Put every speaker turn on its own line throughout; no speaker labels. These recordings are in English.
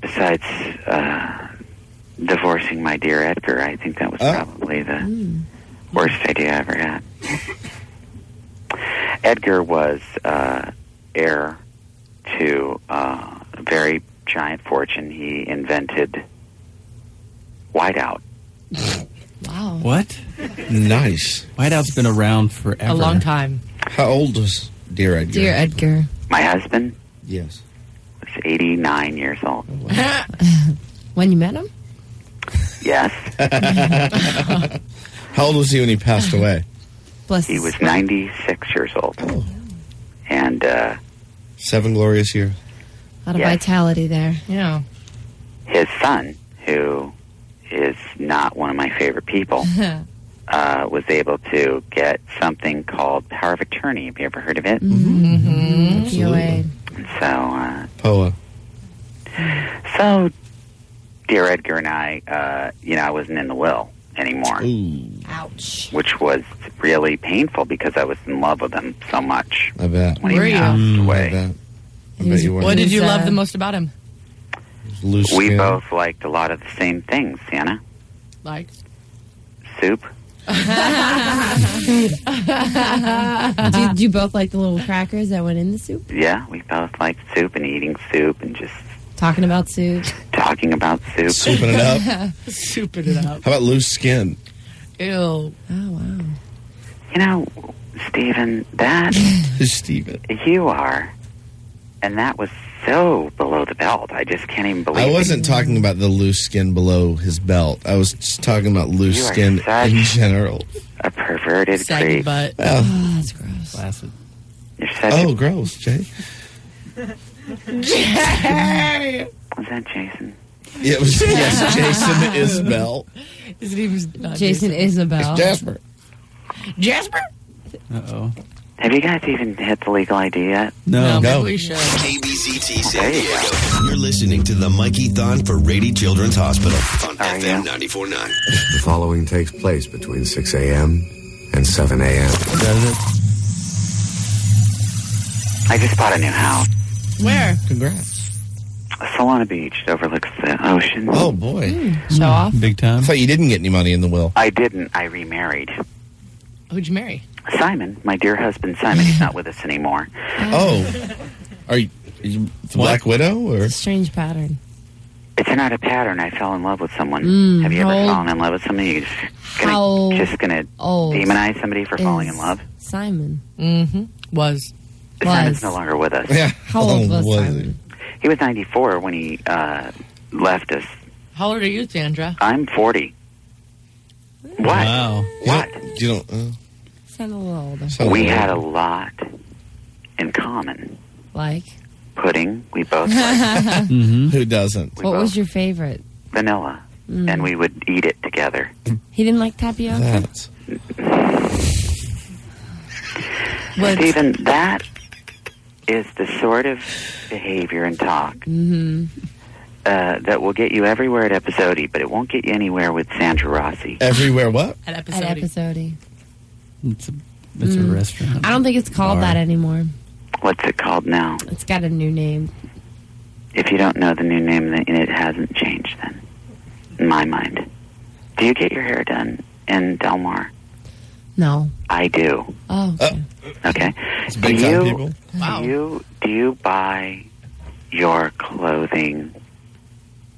besides uh, divorcing my dear Edgar, I think that was probably the worst idea I ever had. Edgar was uh, heir to uh, a very giant fortune. He invented whiteout.
Wow.
What?
Nice.
Whiteout's been around forever.
A long time.
How old was dear Edgar?
Dear Edgar.
My husband
Yes.
was 89 years old.
when you met him?
Yes,
How old was he when he passed away?
Bless
he
his
was
soul.
96 years old. And uh,
Seven glorious years.
A lot of
Yeah.
vitality there. Yeah.
his son, who is not one of my favorite people, uh, was able to get something called power of attorney. Have you ever heard of it?
POA.
And so, uh,
Poa.
so dear Edgar and I, uh, you know, I wasn't in the will anymore,
Ooh,
Ouch.
which was really painful because I was in love with him so much
I bet. Mm,
when
Were
he
you?
passed
I
away.
bet. I bet you
What
weren't.
did
He's,
you
uh,
love the most about him?
Loose
We
skin.
both liked a lot of the same things, Santa.
Like,
Soup.
Did you both like the little crackers that went in the soup?
Yeah, we both liked soup and eating soup and just
Talking about soup.
talking about soup.
Souping it up. How
souping it up.
about loose skin?
Ew.
Oh, wow.
You know, Stephen, that
Steven.
you are, and that was so below the belt. I just can't even believe
I
it.
wasn't talking about the loose skin below his belt. I was just talking about loose
You are
skin
such-
in general.
a perverted
Saggy
creep.
butt.
Oh, that's gross.
Placid.
You're such
Oh, gross, Jay.
a, was that Jason?
It was yes, Jason Isbell.
Oh.
His name was not
Jason Isabel.
Jasper.
Jasper?
Uh oh.
Have you guys even hit the legal ID yet?
no.
No,
No.
maybe we should.
KBZT San Diego. You're listening to the Mikey Thon for Rady Children's Hospital on
Are
FM
you?
94.9.
The following takes place between 6 a.m. and 7 a.m.
Does it?
I just bought a new house.
Where?
Congrats.
Solana Beach it overlooks the ocean.
Oh boy.
Show off.
Big
I
time.
thought you didn't get any money in the will.
I didn't. I remarried.
Who'd you marry?
Simon, my dear husband Simon, he's not with us anymore.
Oh. Are you, are you the Black Widow or
Strange pattern.
It's not a pattern. I fell in love with someone.
Mm,
Have you ever
how old-
fallen in love with somebody? You're just gonna,
How
just gonna
Oh.
demonize somebody for falling in love?
Simon.
Mm-hmm. Was.
Simon's
was.
no longer with us.
yeah? Oh,
How old was,
he?
Simon?
He was 94 when he uh, left us.
How old are you, Sandra?
I'm 40. What?
Wow.
You
What?
don't- You don't. Uh,
Sound a little older.
sound
We
old.
had a lot in common.
Like,
Pudding, we both liked.
Mm-hmm.
Who doesn't?
We
what
both
was your Mm. favorite?
vanilla, and we would eat it together.
He didn't like tapioca?
That.
What?
Stephen, that is the sort of behavior and talk
Mm-hmm.
uh, that will get you everywhere at Episodi, but it won't get you anywhere with Sandra Rossi.
Everywhere. What?
At episode.
At Episodi.
It's a, it's a restaurant.
Mm. I don't think it's called
Bar.
that anymore.
What's it called now?
It's got a new name.
If you don't know the new name, then it hasn't changed then, in my mind. Do you get your hair done in Del Mar?
No.
I do.
Oh, okay.
Okay.
It's
Do
big time
you,
people.
Wow.
do you do you buy your clothing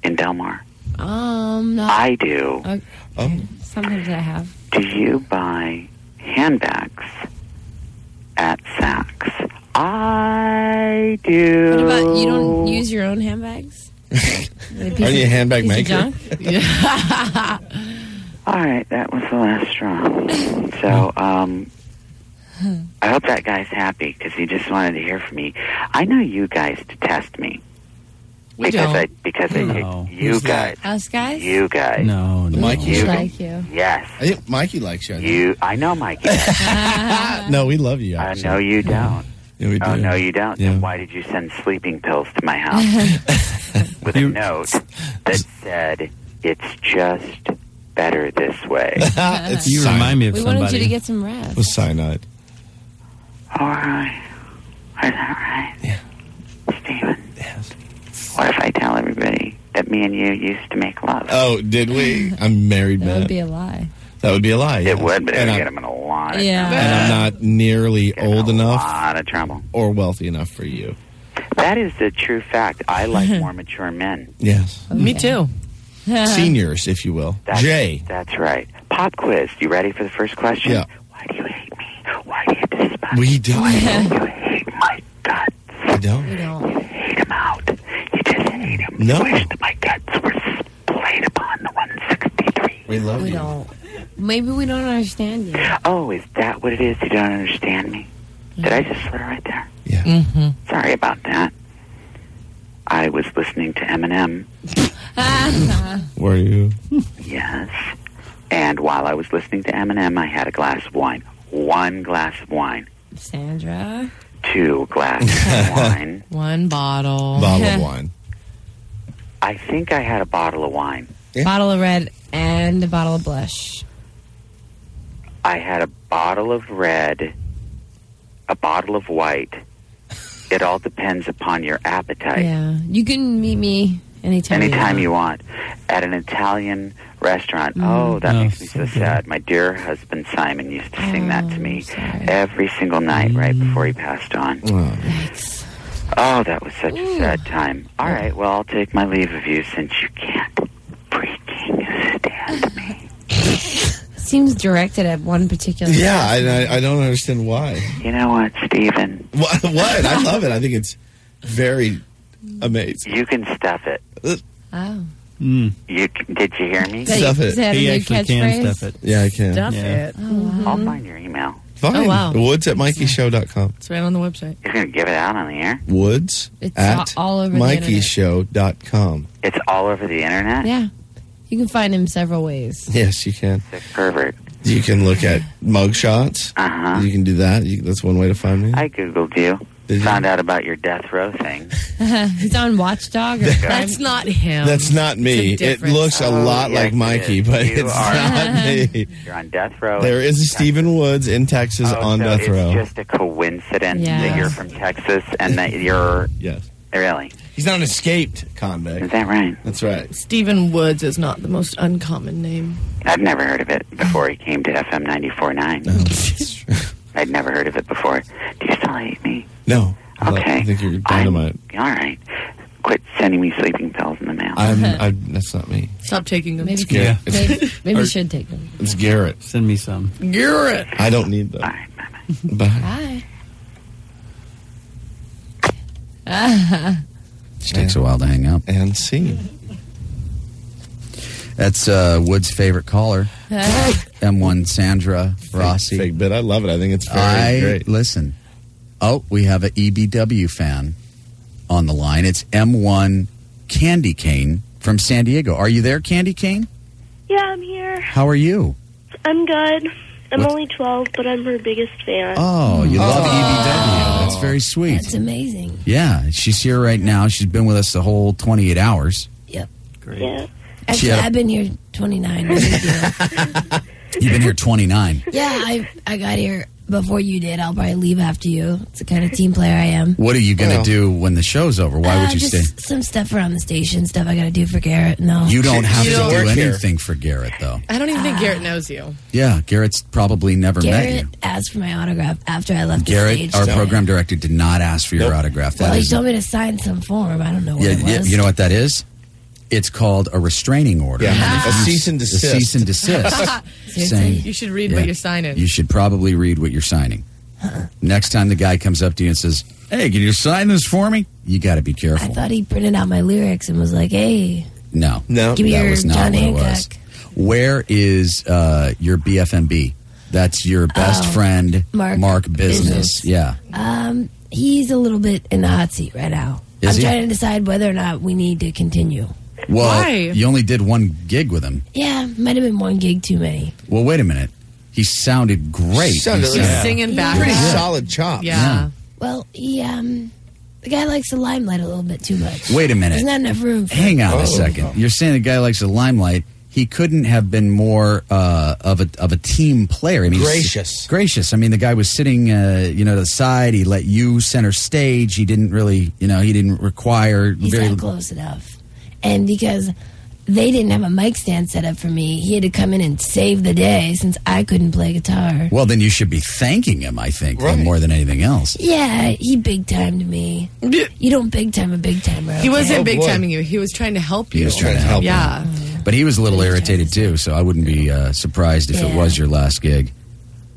in Del Mar?
um, no.
I do.
Oh,
Sometimes I have.
Do you buy handbags at Saks? I do.
What about you don't use your own handbags?
are you a handbag
piece of
maker?
junk?
All right, that was the last straw. So, um, I hope that guy's happy because he just wanted to hear from me. I know you guys detest me
We
because
don't.
I because I
No.
take you
Who's that?
guys,
Us guys?
you guys,
No, no.
Mikey.
We
you
like you.
yes,
I think Mikey likes you. I think.
you. I know, Mike.
Ah, no, we love you.
I
Actually.
know you don't.
Yeah, we do.
Oh no, you don't.
Yeah.
Then why did you send sleeping pills to my house with a
You-
note that said it's just better this way?
Ah, it's
You
cyanide.
remind me of
We
somebody.
wanted you to get some rest.
It was cyanide.
All right. Is that right? Yeah. Steven. Yes. What if I tell everybody that me and you used to make love.
Oh, did we? I'm married,
That would
Matt.
be a lie.
that would be a lie. yeah.
it would, but it
and
would
I'm,
get him in a lot of
Yeah.
and I'm not nearly
trouble.
old
a
enough
lot of trouble.
or wealthy enough for you.
That is the true fact. I like more mature men.
Yes,
Me too.
seniors, if you will.
That's,
Jay,
That's right. Pop quiz. You ready for the first question?
Yeah.
Why do you hate me? Why do you despise
we don't.
me? You hate my guts.
we don't.
We don't.
Hate him out. You just hate him.
No.
You wish that my guts were splayed upon the 163.
We love
We
you.
don't. Maybe we don't understand you.
Oh, is that what it is? You don't understand me? Did I just slur right there?
Yeah.
Sorry about that. I was listening to Eminem.
Were you?
Yes. And while I was listening to Eminem, I had a glass of wine. One glass of wine.
Sandra.
Two glasses of wine.
One bottle.
Bottle of wine.
I think I had a bottle of wine.
Yeah.
Bottle of red and a bottle of blush.
I had a bottle of red, a bottle of white. It all depends upon your appetite.
Yeah. You can meet me anytime.
Anytime
want.
you want. At an Italian restaurant.
Mm.
Oh, that
Oh,
makes me so
so good.
sad. My dear husband Simon used to sing that to
Oh,
me
sorry. Mm.
every single night right before he passed on.
Oh,
Yikes.
Oh, that was such a
Ooh.
sad time. All right, well, I'll take my leave of you since you can't freaking stand me.
Seems directed at one particular.
yeah, I, I- I don't understand why.
You know what, Steven?
What? what? I love it. I think it's very amazing.
You can stuff it.
Oh.
Mm.
You c- did you hear me?
Stuff
Is
it.
that a
He
new
actually
catchphrase?
can stuff it.
Yeah, I can.
Stuff
Yeah.
it.
I'll find your email.
Fine.
Oh, wow.
Woods at MikeyShow.com.
It's right on the website.
You're gonna give it out on the air.
Woods
It's
at
all- all over the
MikeyShow.com.
It's all over the internet.
Yeah. You can find him several ways.
Yes, you can.
Sick pervert.
You can look at mug shots.
Uh huh.
You can do that. You, that's one way to find
Mm-hmm.
me.
I googled you.
Did you?
Found out about your death row thing.
He's on Watchdog. Or
That's not him.
That's not me.
It's a
It
difference.
looks a
Oh,
lot
yes,
like
it
Mikey,
is.
but
You
it's
are-
not me.
You're on death row.
There is a Stephen Woods in Texas
Oh,
on
so
death row.
It's just a coincidence that
Yeah.
you're from Texas and that you're
yes.
really.
He's not an escaped convict.
Is that right?
That's right.
Stephen Woods is not the most uncommon name.
I've never heard of it before he came to FM 94.9. I'd never heard of it before. Do you still hate me?
No. I love-
Okay.
I think you're
I'm-
dynamite.
All right. Quit sending me sleeping pills in the mail.
I'm, I'm, that's not me.
Stop taking them.
Maybe
Yeah.
Maybe, maybe
Or-
should take him.
It's Garrett.
Send me some.
Garrett.
I don't need
All
that.
right. Bye-bye.
Bye.
Bye.
Just takes a while to hang up.
And see.
That's uh, Wood's favorite caller, M1 Sandra Rossi.
Fake bit. I love it. I think it's very
I
great.
listen. Oh, we have a EBW fan on the line. It's M1 Candy Cane from San Diego. Are you there, Candy Cane?
Yeah, I'm here.
How are you?
I'm good. I'm
What-
only 12, but I'm her biggest fan.
Oh, you love EBW. That's very sweet.
That's amazing.
yeah, she's here right now. She's been with us the whole 28 hours.
Great.
yeah.
Actually,
Yeah.
I've been here 29. No big deal.
You've been here 29.
yeah, I I got here before you did. I'll probably leave after you. It's the kind of team player I am.
What are you going to
Well.
do when the show's over? Why
Oh. Uh,
would you
just
stay?
Some stuff around the station, stuff I got to do for Garrett. No.
You don't have
You
to
don't
do
work here.
anything for Garrett, though.
I don't even think Garrett knows you.
Yeah, Garrett's probably never met
Garrett
you.
asked for my autograph after I left the
Garrett,
stage.
our
today.
program director, did not ask for your autograph. That
Well, he
is-
told me to sign some form. I don't know what
yeah,
it was.
yeah, you know what that is? It's called a restraining order.
Yeah. A cease and
A
desist.
cease and desist.
Seriously?
You should read
Yeah.
what you're signing.
you should probably read what you're signing. Next time the guy comes up to you and says, "Hey, can you sign this for me?" You got to be
I
careful.
thought he printed out my lyrics and was like, "Hey,
no,
no.
give me
that
your
was not
John
what it
Hancock."
was. Where is uh, your BFMB? That's your best
Oh,
friend,
Mark
Business.
Business.
Yeah.
Um, he's a little bit in the hot seat right now.
Is
I'm
he?
trying to decide whether or not we need to continue.
Well,
Why?
you only did one gig with him.
Yeah, might have been one gig too many.
Well, wait a minute. He sounded great.
Sounded
He
like-
He's
Yeah.
singing back.
Pretty
yeah.
solid chop.
Yeah.
Well, he um, the guy likes the limelight a little bit too much.
Wait a minute.
There's not enough room. For
Hang on
Oh.
a second. You're saying the guy likes the limelight. He couldn't have been more uh, of a of a team player. I mean, he's-
Gracious.
gracious. I mean, the guy was sitting, uh, you know, to the side. He let you center stage. He didn't really, you know, he didn't require
He's
very.
not close enough. And because they didn't have a mic stand set up for me, he had to come in and save the day since I couldn't play guitar.
Well, then you should be thanking him, I think,
Right.
more than anything else.
Yeah, he big timed me. You don't big time a big timer.
He
okay?
wasn't
Oh,
big
boy.
timing you. He was trying to help you.
He was trying to help
Yeah.
But he was a little irritated too, so I wouldn't be uh, surprised if it
Yeah.
was your last gig.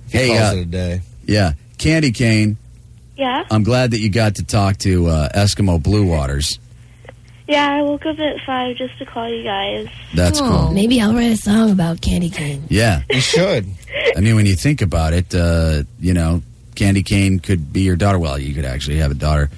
Hey,
Calls
uh,
it a day.
yeah, Candy Cane,
Yeah?
I'm glad that you got to talk to uh, Eskimo Blue Waters.
Yeah, I woke up at 5 just to call you guys.
That's cool.
Maybe I'll write a song about candy cane.
Yeah,
You should.
I mean, when you think about it, uh, you know, Candy Cane could be your daughter. Well, you could actually have a daughter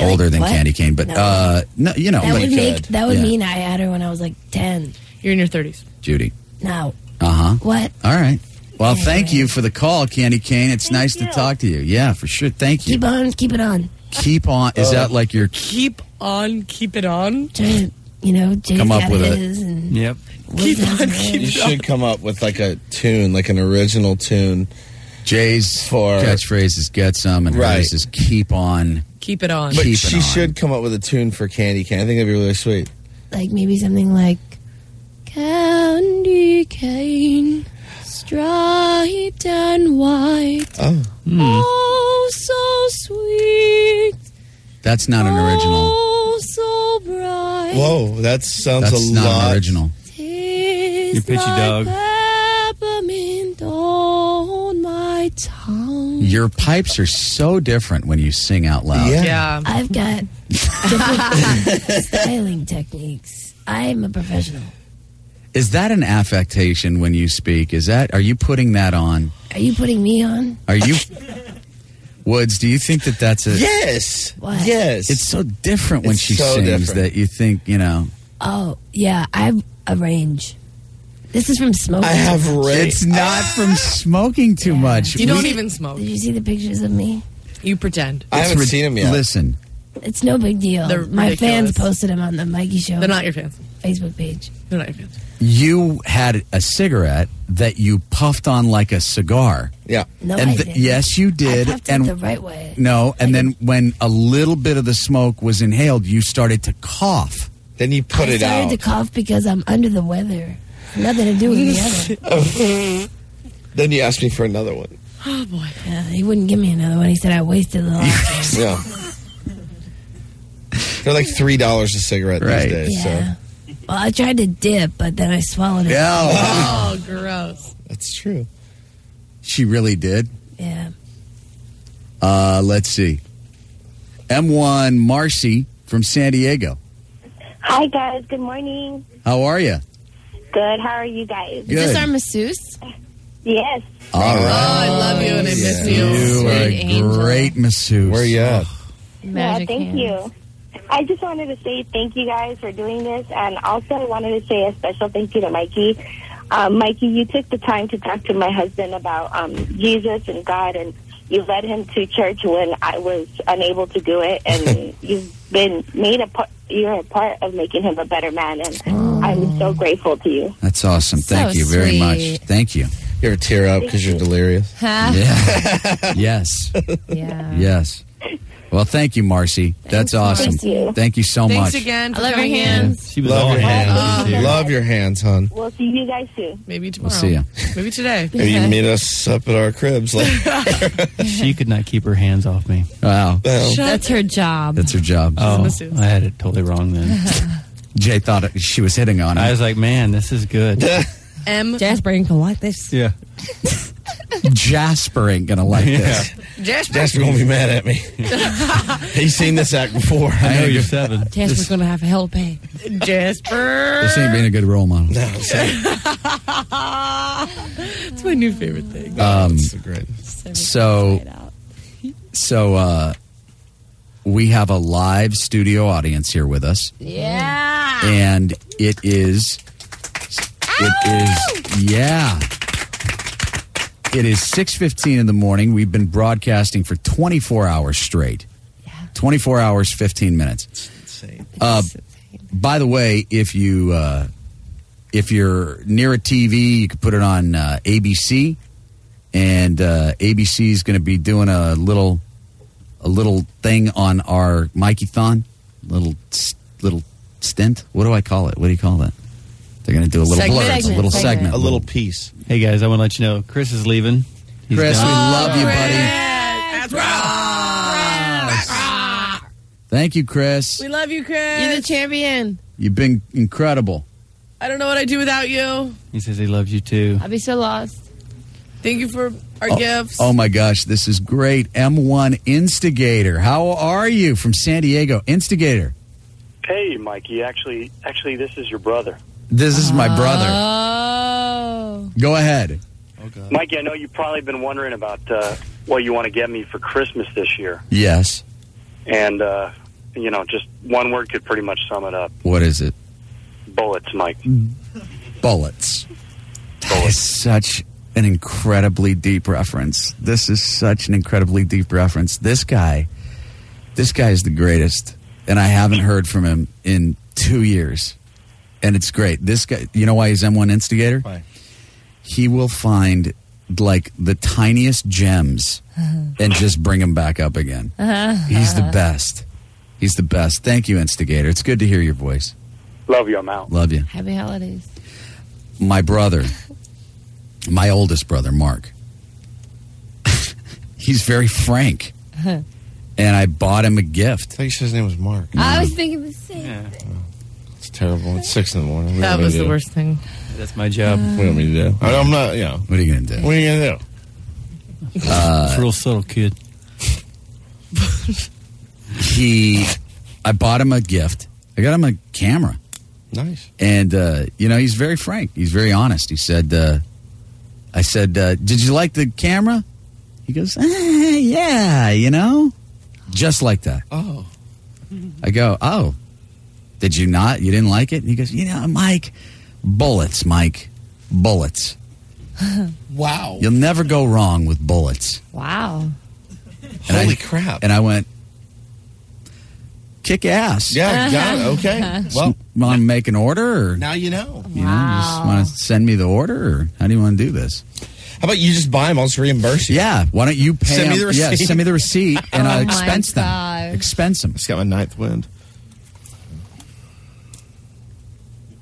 older than
what?
Candy Cane, but
No.
uh, no, you know,
That
like
would make that would
Yeah.
mean I had her when I was like ten.
You're in your 30s.
Judy.
No,
Uh huh.
what?
All right. Well,
Yeah.
thank you for the call, Candy Cane. It's
Thank
nice to
you.
talk to you. Yeah, for sure. Thank you.
Keep on, keep it on.
Keep on. Is that like your
Keep on, keep it on.
Try to, you know, Jay's
Come up
got
with a-
his and
Yep.
Keep on,
You
keep it on.
should come up with like a tune, like an original tune.
Jay's
For-
catchphrase is "Get some" and
Right.
hers is "Keep on."
Keep it on.
But
Keep it
she
on.
should come up with a tune for Candy Can. I think that'd be really sweet.
like maybe something like candy cane, striped and white.
Oh,
Hmm.
Oh, so sweet.
That's not an original.
Oh, so bright.
whoa, that sounds
That's
a
not
lot.
an original.
Tastes
Your pitchy
like
dog.
peppermint on my tongue.
Your pipes are so different when you sing out loud.
Yeah.
yeah.
I've got different styling techniques. I'm a professional.
Is that an affectation when you speak? Is that are you putting that on?
Are you putting me on?
Are you Woods? Do you think that that's a?
Yes.
What?
Yes.
It's so different when
It's
she
so
sings
different.
that you think you know.
Oh, yeah, I've a range. This is from Smoke.
I have read.
It's not from smoking too much.
You don't
We-
even smoke.
Did you see the pictures of me?
You pretend.
I
It's
haven't
rid-
seen him yet.
Listen,
It's no big deal.
They're
my fans
ridiculous.
posted them on the Mikey Show
They're not your fans.
Facebook page.
They're not your fans.
you had a cigarette that you puffed on like a cigar.
Yeah.
No,
and
I
th-
didn't.
yes, you did.
I puffed it
and
the right way.
no, and then when a little bit of the smoke was inhaled, you started to cough.
Then you put
I
it
started
out.
to cough because I'm under the weather. Nothing to do with the other.
then you asked me for another one.
Oh, boy.
Yeah, he wouldn't give me another one. He said I wasted the last one.
Yeah. They're like three dollars a cigarette
Right.
these days.
Yeah.
So
Well, I tried to dip, but then I swallowed it.
Yeah,
Oh, gross.
that's true.
she really did.
Yeah.
Uh, let's see. M1 Marcy from San Diego.
Hi, guys. Good morning.
How are you?
Good. How are you guys?
Good.
Is this our masseuse?
Yes.
All
Oh,
right.
I love you and I miss
yeah.
you.
You are a
Sweet angel.
great masseuse.
Where you at?
yeah, thank you. I just wanted to say thank you guys for doing this, and also I wanted to say a special thank you to Mikey. Um, Mikey, you took the time to talk to my husband about um, Jesus and God, and you led him to church when I was unable to do it, and you've been made a part. You're a part of making him a better man, and I'm so grateful to you.
That's awesome. Thank
So
you very much.
sweet.
Thank you.
You ever tear up because you're delirious?
Yeah. yes.
Yeah.
Yes. Well, thank you, Marcy. That's awesome.
Thank you.
Thank you so
Thanks
much.
again.
I
For
love your
coming in.
hands.
She was
Love
all
your
hands.
hands. Love your hands, hon.
We'll see you guys soon.
Maybe tomorrow.
We'll see ya.
Maybe today.
Maybe you meet us up at our cribs. Like,
She could not keep her hands off me.
Wow.
well,
That's her job.
That's her job.
Oh,
masseuse.
I had it totally wrong then.
Jay thought it- she was hitting on
I
him.
was like, man, this is good.
M.
Jasper ain't gonna like this.
yeah.
Jasper ain't going to like
Yeah.
this.
Jasper.
Jasper gonna be mad at me. He's seen this act before.
I know you're seven.
Jasper's gonna have hell pay.
Jasper.
This ain't being a good role model.
No, it's-
That's my new favorite thing.
it's the greatest.
So, so, uh, we have a live studio audience here with us.
Yeah.
and it is it is yeah it is 6.15 in the morning we've been broadcasting for 24 hours straight 24 hours 15 minutes uh, by the way if you uh, if you're near a tv you can put it on uh, abc and uh, abc is going to be doing a little a little thing on our mikey thon little little stint. What do I call it? What do you call that? They're going to do a little
Segment.
blurb,
Segment.
a little
Segment.
segment,
A little piece.
Hey guys, I want to let you know Chris is leaving. He's
Chris, we
done.
love you, buddy. Thank you, Chris.
We love you,
You're the
Chris.
champion.
You've been incredible.
I don't know what I'd do without you.
He says he loves you too.
I'll be so lost.
Thank you for our gifts.
Oh my gosh, this is great. M1 Instigator. How are you from San Diego? Instigator.
Hey, Mikey. Actually, actually, this is your brother,
This is my
Ah.
brother.
Oh.
Go ahead.
Mikey. I know you've probably been wondering about uh, what you want to get me for Christmas this year,
Yes.
and uh, you know, just one word could pretty much sum it up:
What is it?
bullets, Mike.
Bullets. That is such an incredibly deep reference. This is such an incredibly deep reference. This guy, this guy is the greatest, and I haven't heard from him in two years, and it's great. This guy, you know why he's M1 Instigator?
Why?
He will find like the tiniest gems and just bring them back up again. He's the best. He's the best. Thank you, Instigator. It's good to hear your voice.
Love you. I'm out.
Love you
Happy holidays.
my brother, my oldest brother, Mark, he's very frank. and I bought him a
I
gift.
thought you said his name was Mark.
I was thinking the same.
It's terrible. It's six in the morning. We
that
don't mean
was
to
the
do.
worst thing.
That's my job.
We don't mean to do. I, I'm not. You know.
What are you going to do?
What are you gonna do?
it's real subtle, kid.
He, I bought him a gift. I got him a camera.
Nice.
And, uh, you know, he's very frank. He's very honest. He said, uh, I said, uh, did you like the camera? He goes, "Eh, yeah, you know, just like that.
Oh,
I go, oh, did you not? You didn't like it? And he goes, you know, Mike, bullets, Mike, bullets.
wow.
You'll never go wrong with bullets.
Wow.
And I-
Holy crap.
And I went, kick ass.
yeah, got it. Okay. Well,
Want to make an order? Or,
now you know.
You know, you just want to send me the order, or how do you want to do this?
How about you just buy them? I'll just reimburse you.
Yeah, why don't you pay?
Send me
'em-
the
Yeah,
receipt.
send me the receipt,
Oh
and I'll
my
expense them.
gosh.
Expense them.
Just got my ninth wind.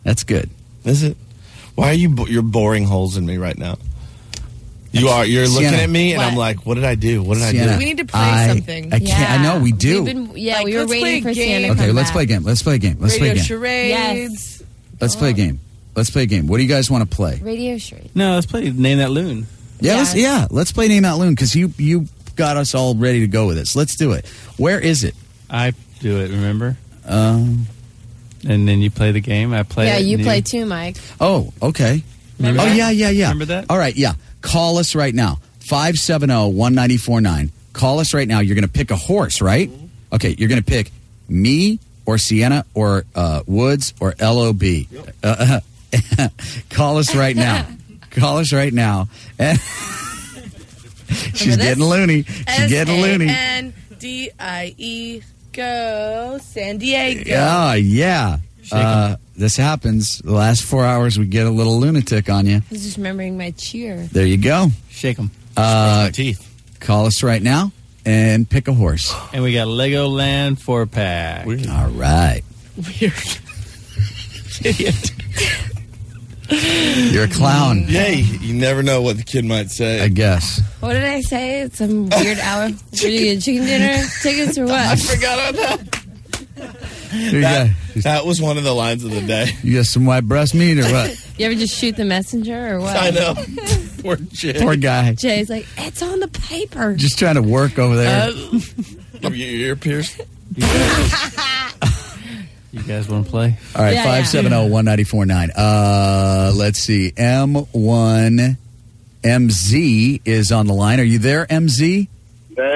That's good.
Is it? Why are you? bo- You're boring holes in me right now. You are. You're looking
Sienna.
at me, and I'm
What?
like, "What did I do? What did I
Sienna,
We need to play
I-
something.
I can't. I know we do.
We've been, yeah,
Like,
we were
let's play a
waiting for
game.
Santa. to
okay,
come
let's
back.
play a game. Let's play a game. Let's
Radio
play a game.
charades.
Let's play a game. Let's play a game. What do you guys want to play?
Radio Shree.
No, let's play Name That Loon.
Yeah,
Yeah.
let's, yeah. Let's play Name Out Loon because you you got us all ready to go with this. Let's do it. Where is it?
I do it, remember?
Um,
And then you play the game. I play
Yeah,
it,
you
and
play too, Mike.
oh, okay.
Remember
oh
that?
yeah, yeah, yeah.
Remember that?
All right, yeah. Call us right now. oh, 570-1949. Call us right now. You're going to pick a horse, right?
Mm-hmm.
Okay, you're going to pick me or Sienna or uh, Woods or LOB. Uh, call us right now. call us right now. She's
this?
getting loony. She's getting loony.
N D I E. Go San Diego.
Oh yeah. Uh, this happens. The last four hours, we get a little lunatic on you.
I was just remembering my cheer.
There you go.
Shake them.
Uh,
do? Teeth.
call us right now and pick a horse.
And we got Legoland 4 pack.
All right. Weird. You're a clown,
Yay! You never know what the kid might
I
say.
guess.
What did I say? It's some weird hour. What are you getting? Chicken dinner? Tickets or what?
forgot about
Here you,
that.
go.
That was one of the lines of the day.
you got some white breast meat or what?
You ever just shoot the messenger or what?
I know. Poor Jay.
Poor guy.
Jay's like, it's on the paper.
Just trying to work over there.
Give you your ear pierced.
You guys want to play?
All right,
yeah,
five seven zero one ninety four nine. Uh, let's see. M one MZ is on the line. Are you there, MZ?
Hey,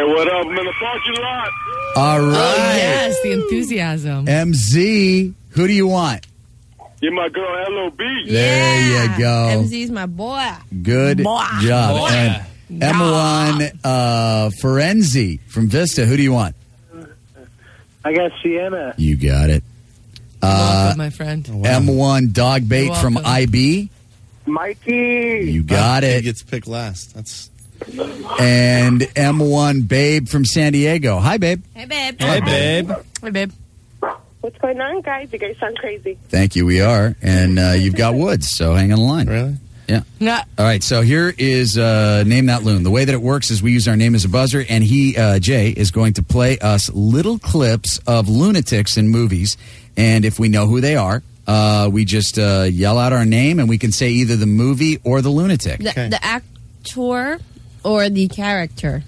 what up? I'm in the parking lot.
All right,
Oh, yes, the enthusiasm.
MZ. Who do you want?
You're my girl, Lob.
There you go.
MZ's my boy.
Good
Mwah.
job.
Mwah.
And M one uh, Forenzi from Vista. Who do you want?
I got Sienna.
You got it. Uh,
Welcome, my friend.
M one Dog Bait
You're
from
welcome.
IB.
Mikey.
You got
He
it.
gets picked last. That's
And M one Babe from San Diego. Hi, Babe.
Hey, babe.
Hey, babe.
Hey, babe.
What's going on, guys? You guys sound crazy.
Thank you. We are, and uh, you've got woods, so hang on the line. Really? Yeah.
Not-
All right. So here is uh, name that loon. The way that it works is we use our name as a buzzer, and he uh, Jay is going to play us little clips of lunatics in movies, and if we know who they are. Uh, we just uh, yell out our name, and we can say either the movie or the lunatic.
The, the actor or the character?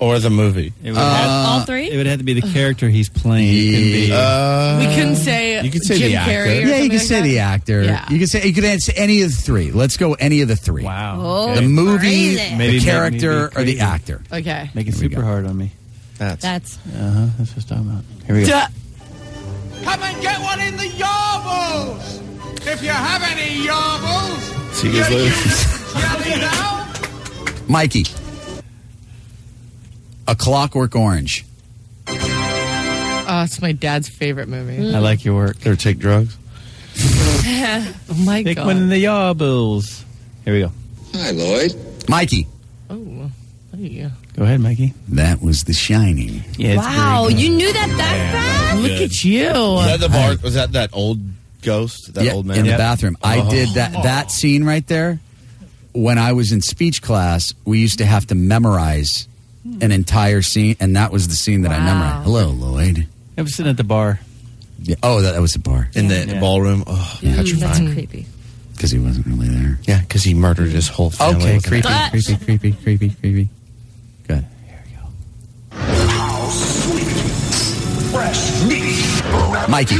or the movie.
It
would have-
Uh,
All three?
Uh, It would have to be the character he's playing. It couldn't be.
we couldn't say
you could
Uh, say
Jim
the actor.
Carrey. Or
yeah, you
something
can
like
say
that.
the actor.
Yeah.
You can say you could answer any of the three. Let's go any of the three. Wow.
Oh,
the movie,
crazy.
the
Maybe make
character,
me
or the actor.
Okay.
Make it super hard on me. That's.
That's.
Uh huh. That's what I'm talking about. Here we go.
Come and get one in the yarbles. If you have any yarbles,
See you guys
jelly now.
Mikey. A Clockwork Orange.
Oh, it's my dad's favorite movie.
your work. Or take drugs.
oh my
Pick
god.
one of the yarbles. Here we go.
Hi, Lloyd. Mikey.
Oh, hey.
Go ahead, Mikey. That was The Shining. Yeah.
Wow, you knew that that fast?
Good. Was that the bar? Was that that old ghost? That old man Oh.
in the bathroom. I did that that scene right there. When I was in speech class, we used to have to memorize an entire scene, and that was the scene that I memorized. Hello, Lloyd.
I was sitting at the bar.
Yeah. Oh, that, that was the bar
in the ballroom. Oh,
Mm, That's
petrifying.
creepy.
Because he wasn't really there.
Yeah, because he murdered his whole family.
Okay,
with an
creepy,
axe.
creepy, creepy, creepy, creepy. Good.
How sweet, fresh meat.
Mikey.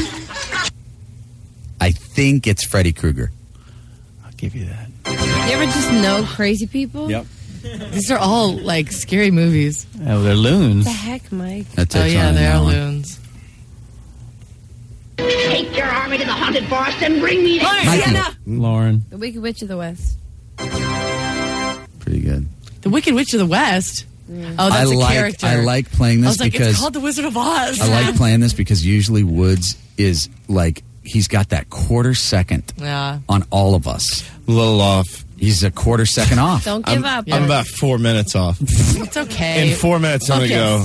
I think it's Freddy Krueger. I'll give you that.
You ever just know crazy people?
Yep.
These are all like scary movies.
Oh, they're loons.
The heck, Mike?
That's
oh
it,
yeah,
John,
they
that
are
one.
loons.
Take your army to the haunted forest and bring me
Mikey. Lauren.
The Wicked Witch of the West.
Pretty good.
The Wicked Witch of the West. Oh, that's
I
a
like,
character.
I like playing
I
this
was like,
because
it's called the Wizard of Oz.
I like playing this because usually Woods is like he's got that quarter second
Yeah.
on all of us. A little off. He's a quarter second off.
Don't give
I'm,
up,
I'm
Woods.
about four minutes off.
It's okay.
In four minutes, I'm gonna go.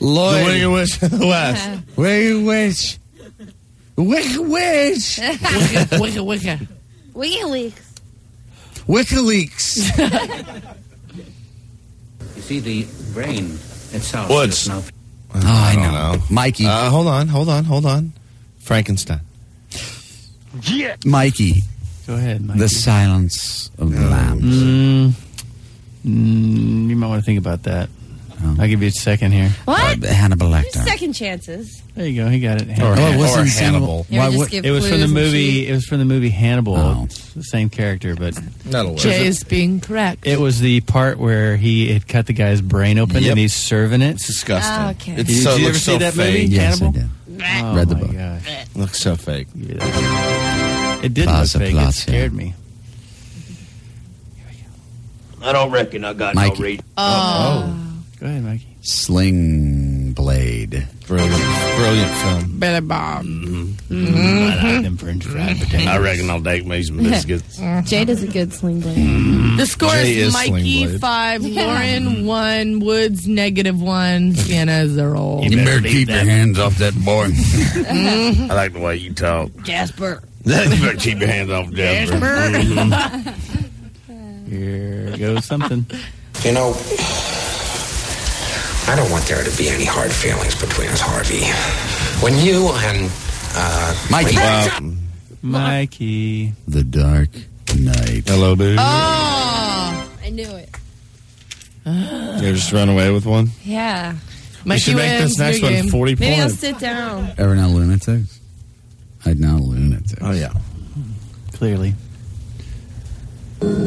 Lloyd.
The Wicked Witch of the West.
Yeah.
Wicked Witch. Wicked Witch.
Wicked, wicked, wicked.
Wicked Weeks.
WikiLeaks.
You see, the brain itself.
Woods.
is now-
Oh, I,
know. Mikey.
Uh, hold on, hold on, hold on. Frankenstein.
Yeah.
Mikey.
Go ahead, Mike.
The silence of the lambs.
Mm, mm, you might want to think about that.
Oh.
I'll give you a second here.
What?
Uh, Hannibal
Second chances.
There you go. He got it.
Or Han- or Hannibal.
Yeah, just give
it was from
clues
the
and
movie.
shit.
It was from the movie Hannibal.
Oh.
Oh.
It's the same character, but not
Jay is being correct.
It was the part where he had cut the guy's brain open
Yep.
and he's serving it. It's
disgusting.
Ah, okay.
It's
did
so-
you
it
ever
looks
see
so
that
fake.
movie?
Yes, I
Hannibal?
did.
Oh,
Read the
my
book.
gosh.
Looks so fake.
It did
Plaza,
look fake.
plaza.
It scared me.
I don't reckon I got
Mikey.
no read.
Oh. Go ahead, Mikey.
Sling Blade.
Brilliant, brilliant film.
Billy Bob.
I like
them French fried
potatoes. I reckon I'll take me some biscuits.
Jay does a good sling blade.
The score
Jay
is
is Sling
Mikey
Blade.
five, Lauren one, Woods negative one, Sienna zero.
hands off that boy.
I like the way you talk.
Jasper.
you better keep your hands off Jasper. Mhm.
Here goes something.
You know, I don't want there to be any hard feelings between us, Harvey. When you and uh,
Mikey.
Mikey.
The Dark Knight.
Hello, baby.
Oh,
I knew it.
You just run away with one.
Yeah.
we should make this next one 40
Maybe I'll
points.
sit down.
Ever now lunatics? I'd now lunatics. Oh yeah.
Clearly.
28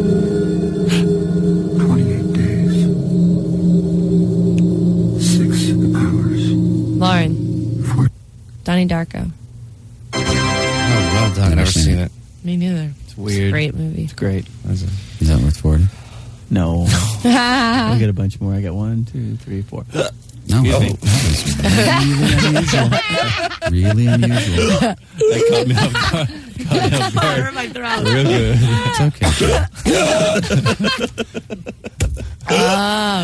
days. Six hours.
Lauren. Donnie Darko.
Oh,
well done. I've never seen it.
Me neither.
It's weird.
great movie.
It's great.
Is that worth 40?
No. I
That's
got a bunch more. I got one, two, three, four.
No.
Excuse me.
Really unusual. that
caught me off guard. Caught me off guard.
my throat.
Real good.
It's okay.
Ah.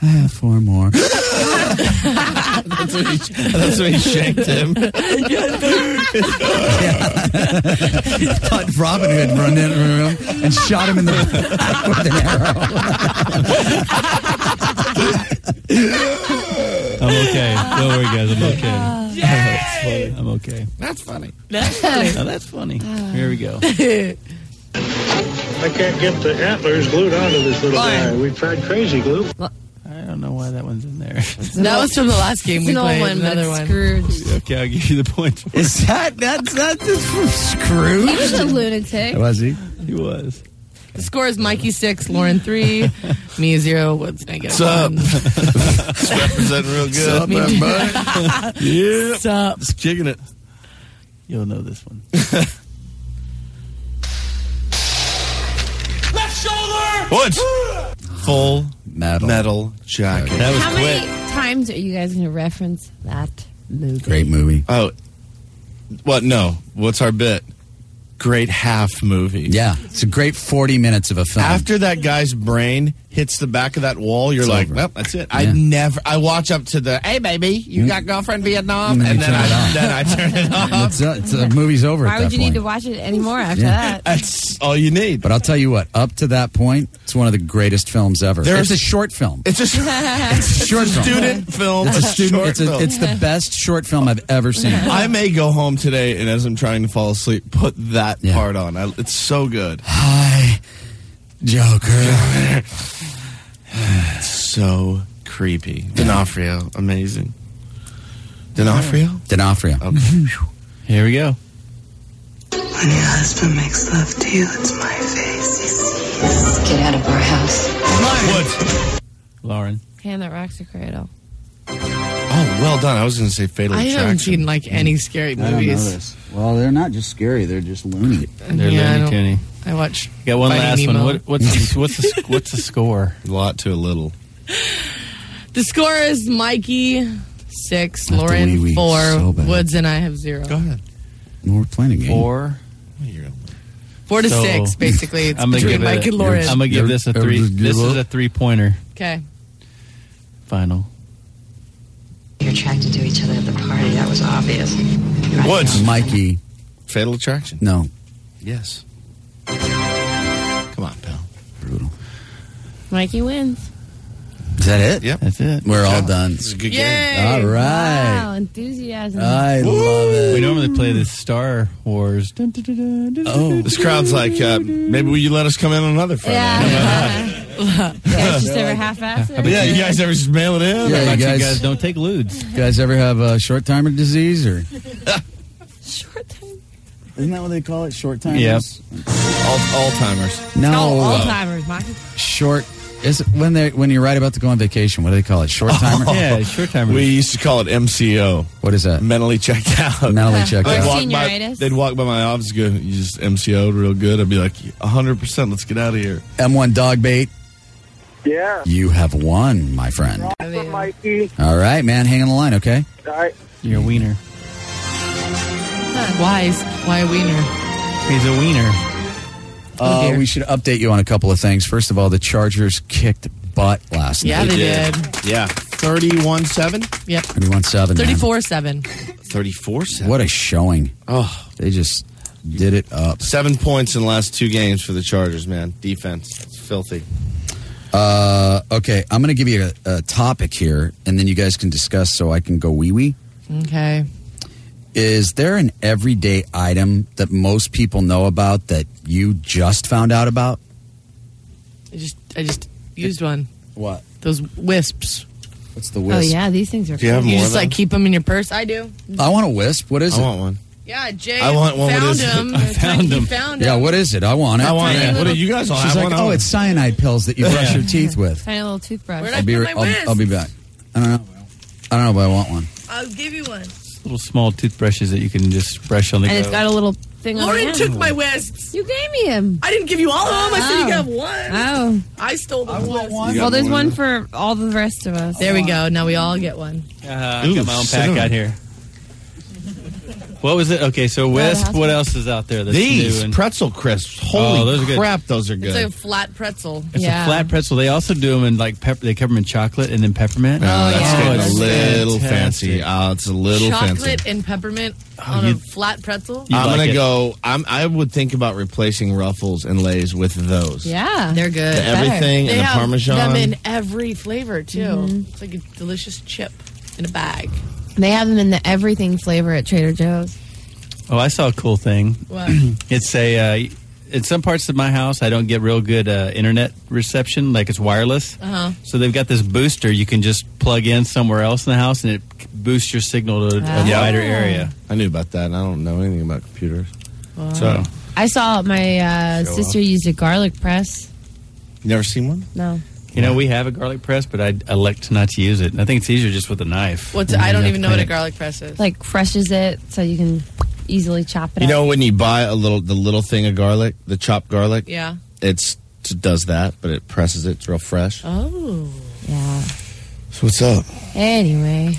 I have four more.
that's, when he, that's when he shanked him.
Thought Robin Hood run in the room and shot him in the back with an
arrow. I'm okay. Don't worry, guys. I'm okay. That's funny. I'm okay.
That's funny.
That's funny.
Now, that's funny. Here we go.
I can't get the antlers glued onto this little guy. We've tried crazy glue.
I don't know why that one's in there.
That was from the last game
It's
we
an old
played.
one, but
Another
it's
one.
Scrooge.
Okay, I'll give you the point.
Is that that's that's just from
He
Scrooge?
was a lunatic.
Was he?
He was.
The score is Mikey six, Lauren three, me zero. What's negative?
What's up?
one?
Representing real good.
Sup,
my
baby?
bud. yeah.
Sup.
Just kicking it.
You'll know this one.
Left shoulder.
What? Full
metal
metal jacket.
That
How many times are you guys going to reference that movie?
Great movie.
Oh, what? No. What's our bit? Great half movie.
Yeah, it's a great forty minutes of a film.
After that guy's brain hits the back of that wall, you're
Uh-huh.
like,
It's over.
nope, that's it. I
Yeah.
never. I watch up to the, hey baby, you got girlfriend Vietnam,
And then
and then
you turn it
I
off.
then I turn it off.
it's, uh, it's, the movie's over.
Why
at that
would you
point.
need to watch it anymore after
Yeah.
that?
That's all you need.
But I'll tell you what, up to that point, it's one of the greatest films ever.
There's-
it's a short film.
It's just
It's a short film.
student film.
It's a student.
short
It's, a,
film.
it's the best short film I've ever seen.
I may go home today, and as I'm trying to fall asleep, put that
Yeah.
part on. I, it's so good.
Hi, Joker.
So creepy. D'Onofrio, amazing. D'Onofrio.
D'Onofrio.
Okay.
Here we go.
When your husband makes love to you, it's my face. Get out of our house.
What?
Lauren.
Hand that rocks a cradle.
Oh, well done. I was going to say Fatal
I haven't
Attraction.
seen like any scary
I don't know
movies.
this. Well, they're not just scary; they're just loony.
They're
Yeah, I
yeah,
don't-
Looney Tuny.
I watched.
Got one
Finding
last
Nemo.
one. What, what's the, what's the sc- what's the score?
A lot to a little.
The score is Mikey six,
Not the wee
Lauren
wee,
four,
so bad.
Woods and I have zero.
Go ahead.
Well, we're playing a game.
Four.
Four to
So-
six, basically. It's
I'm gonna
between
give it
Mike
a-
and Lauren.
I'm gonna give this a three. This is a three pointer
okay.
final.
You're attracted to each other at the party. That was obvious.
What?
Mikey.
Fatal Attraction.
No,
Yes. Come on, pal.
brutal.
Mikey wins.
Is that it?
Yep.
That's it.
We're all done.
This is a good game.
Yay!
All right.
Wow, enthusiasm.
I love
We
it.
normally play this Star Wars. Dun, dun, dun, dun, dun, dun.
Oh,
This crowd's like, uh, maybe will you let us come in another Friday?
yeah. You guys just ever half-assed it?
Yeah, you guys ever just mail it in?
Yeah.
How about you
guys-
guys, don't take lewds.
you guys ever have uh, short timer disease or?
Short time.
Isn't that what they call it? Short timers.
All, all timers.
No.
Oh, all timers, Mikey.
short. Is it when they when you're right about to go on vacation? What do they call it?
Oh.
Short timer.
Yeah, sure timer.
We used to call it MCO,
What is that?
mentally checked out.
Mentally checked
They'd
Or
out.
walk, by,
senioritis.
they'd walk by my office and go, you just MCO'd real good. I'd be like, 100%, let's get out of here.
M1 dog bait.
Yeah.
You have won, my friend.
Mikey,
All right, man. Hang on the line, okay?
I,
You're a wiener.
Wise. Why a wiener?
He's a wiener.
Oh,
uh,
dear.
we should update you on a couple of things. First of all, the Chargers kicked butt last
Yeah,
night.
they did.
Yeah. 31 7?
Yep.
31-7. man.
Thirty-four seven.
34 7.
What a showing.
Oh,
They just did it up.
seven points in the last two games for the Chargers, man. Defense. It's filthy.
Uh, okay, I'm going to give you a, a topic here, and then you guys can discuss so I can go wee-wee.
Okay.
Is there an everyday item that most people know about that you just found out about?
I just I just used one.
What?
Those wisps.
What's the
Oh,
wisp?
yeah, these things are
Do you have
cool.
You
More
just
than-
like keep them in your purse. I do.
I want a wisp. What is
I
it?
want one.
Yeah, Jay.
I want one. What
Found
is it?
him.
I found
He
him.
Found him.
Yeah, what is it? I want it.
I want
Yeah.
it. What do you guys all
She's
I
like,
want
oh,
one.
it's cyanide pills that you brush
Yeah.
your teeth with.
Tiny little toothbrush.
Where'd I
I'll be.
put
Re-
my
I'll, I'll be back. I don't know. I don't know, but I want one.
I'll give you one.
Little small toothbrushes that you can just brush on the
and
go.
it's got a little thing on
Mm-hmm. Lauren
it.
took my wisps.
You gave me him.
I didn't give you all of them. I said you
Oh.
could have one.
Oh.
I stole the wisp.
Well, there's one for all the rest of us.
There we go. Now we all get one.
uh, I got my own pack
cinnamon.
out here. What was it? Okay, so Wisp. What else is out there? That's
These
new and-
pretzel crisps. Holy
Oh, those are good.
crap, those are
It's
good.
a flat pretzel.
It's a flat pretzel. They also do them in like pepper. They cover them in chocolate and then peppermint.
Oh, Oh, that's yeah. getting a
it's
little
fantastic.
fancy. Oh, it's a little
Chocolate
fancy. Oh,
and peppermint on
you-
a flat pretzel.
I'm gonna go. I'm. I would think about replacing Ruffles and Lay's with those.
Yeah, they're good.
The everything
they
and the
have
Parmesan.
Them in every flavor too. It's like a delicious chip in a bag.
They have them in the everything flavor at Trader Joe's.
Oh, I saw a cool thing.
What?
it's a. Uh, in some parts of my house, I don't get real good uh, internet reception. Like it's wireless.
Uh-huh.
Uh huh.
So they've got this booster you can just plug in somewhere else in the house, and it boosts your signal to a
Wow.
wider area.
I knew about that. and I don't know anything about computers.
So
I saw my uh,
Show off.
sister used a garlic press.
you never seen one?
No.
you know we have a garlic press, but I elect not to use it. And I think it's easier just with a knife.
What's? I don't even know what a garlic press is.
Like crushes it so you can easily chop it
You
up.
know when you buy a little the little thing of garlic, the chopped garlic.
Yeah.
It's it does that, but it presses it. It's real fresh.
Oh.
Yeah.
So what's up?
Anyway.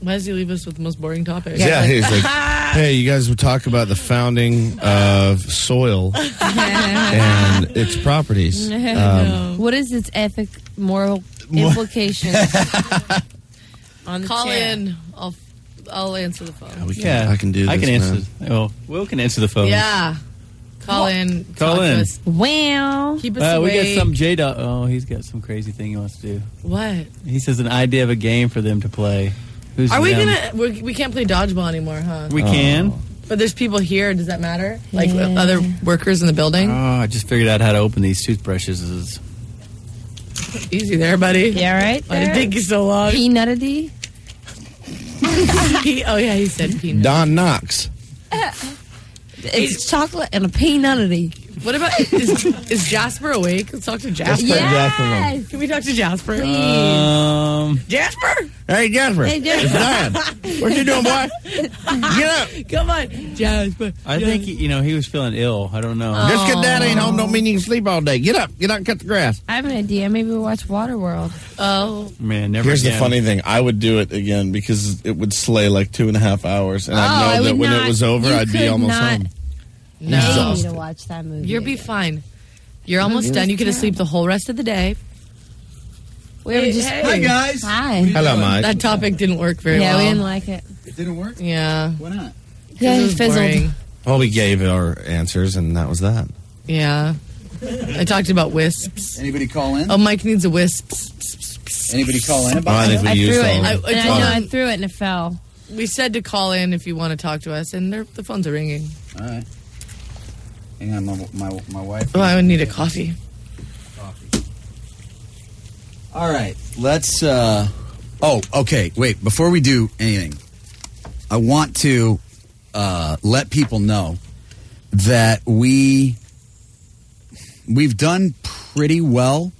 Why does he leave us with the most boring topic?
Yeah, he's like, hey, you guys would talk about the founding of soil and its properties. Um,
what is its ethic, moral implications? on the
Call
chair?
in. I'll I'll answer the phone.
we can- I can do
I
this,
can answer.
man.
Well, Will can answer the phone.
Yeah. Call in. talk
Call
to
in.
us.
Wow.
Keep us
Uh, we
awake.
got some J Dot. Oh, he's got some crazy thing he wants to do.
What?
He says an idea of a game for them to play. Who's
Are we
them?
gonna? We're, we can't play dodgeball anymore, huh?
We
Oh.
can.
But there's people here. Does that matter? Like
Yeah.
other workers in the building.
Oh, I just figured out how to open these toothbrushes. Is
Easy there, buddy.
Yeah, right.
Why did it take you so long?
Peanutity.
He- oh yeah, he said peanut.
Don Knox.
It's chocolate and a peanutity.
What about is, is Jasper awake? Let's talk to Jasper.
Let's put Jasper on. Yes! Uh-huh.
Can we talk to Jasper?
Um,
Jasper.
hey, Jasper.
Hey, Jasper.
It's Don. What you doing, boy? Get up.
Come on, Jasper.
I think he, you know he was feeling ill. I don't know.
Uh.
Just 'cause Dad ain't home don't mean you can sleep all day. Get up. Get out and cut the grass.
I have an idea. Maybe we'll watch Waterworld.
Oh.
Man, never.
Here's the
again.
funny thing. I would do it again because it would slay like two and a half hours. And
Oh,
I
I
know that
would
when it
not-
was over,
you
I'd be
could
almost
not-
home.
No.
You need to watch that movie.
You'll be fine. You're almost
Movie
done.
was
You get to sleep the whole rest of the day.
We were just
Hey, hey. Hi, guys.
Hi.
Hello, Mike.
That topic didn't work very
yeah,
well.
we didn't like it.
It didn't work. Yeah.
Why not?
Yeah,
it
he
was
fizzled.
boring.
Well, we gave our answers, and that was that.
Yeah. I talked about wisps.
Anybody call in?
Oh, Mike needs a wisp.
Anybody call in
Oh, I
about
think
that?
we
I
used
threw it.
all of
I,
it.
I- I
and I
told
know I
him-
threw it and it fell.
We said to call in if you want to talk to us, and they're- the phones are ringing.
All right. Hang on, my, my, my wife.
Oh, I would need a coffee.
All right, let's. uh Oh, okay. Wait, before we do anything, I want to uh let people know that we we've done pretty well,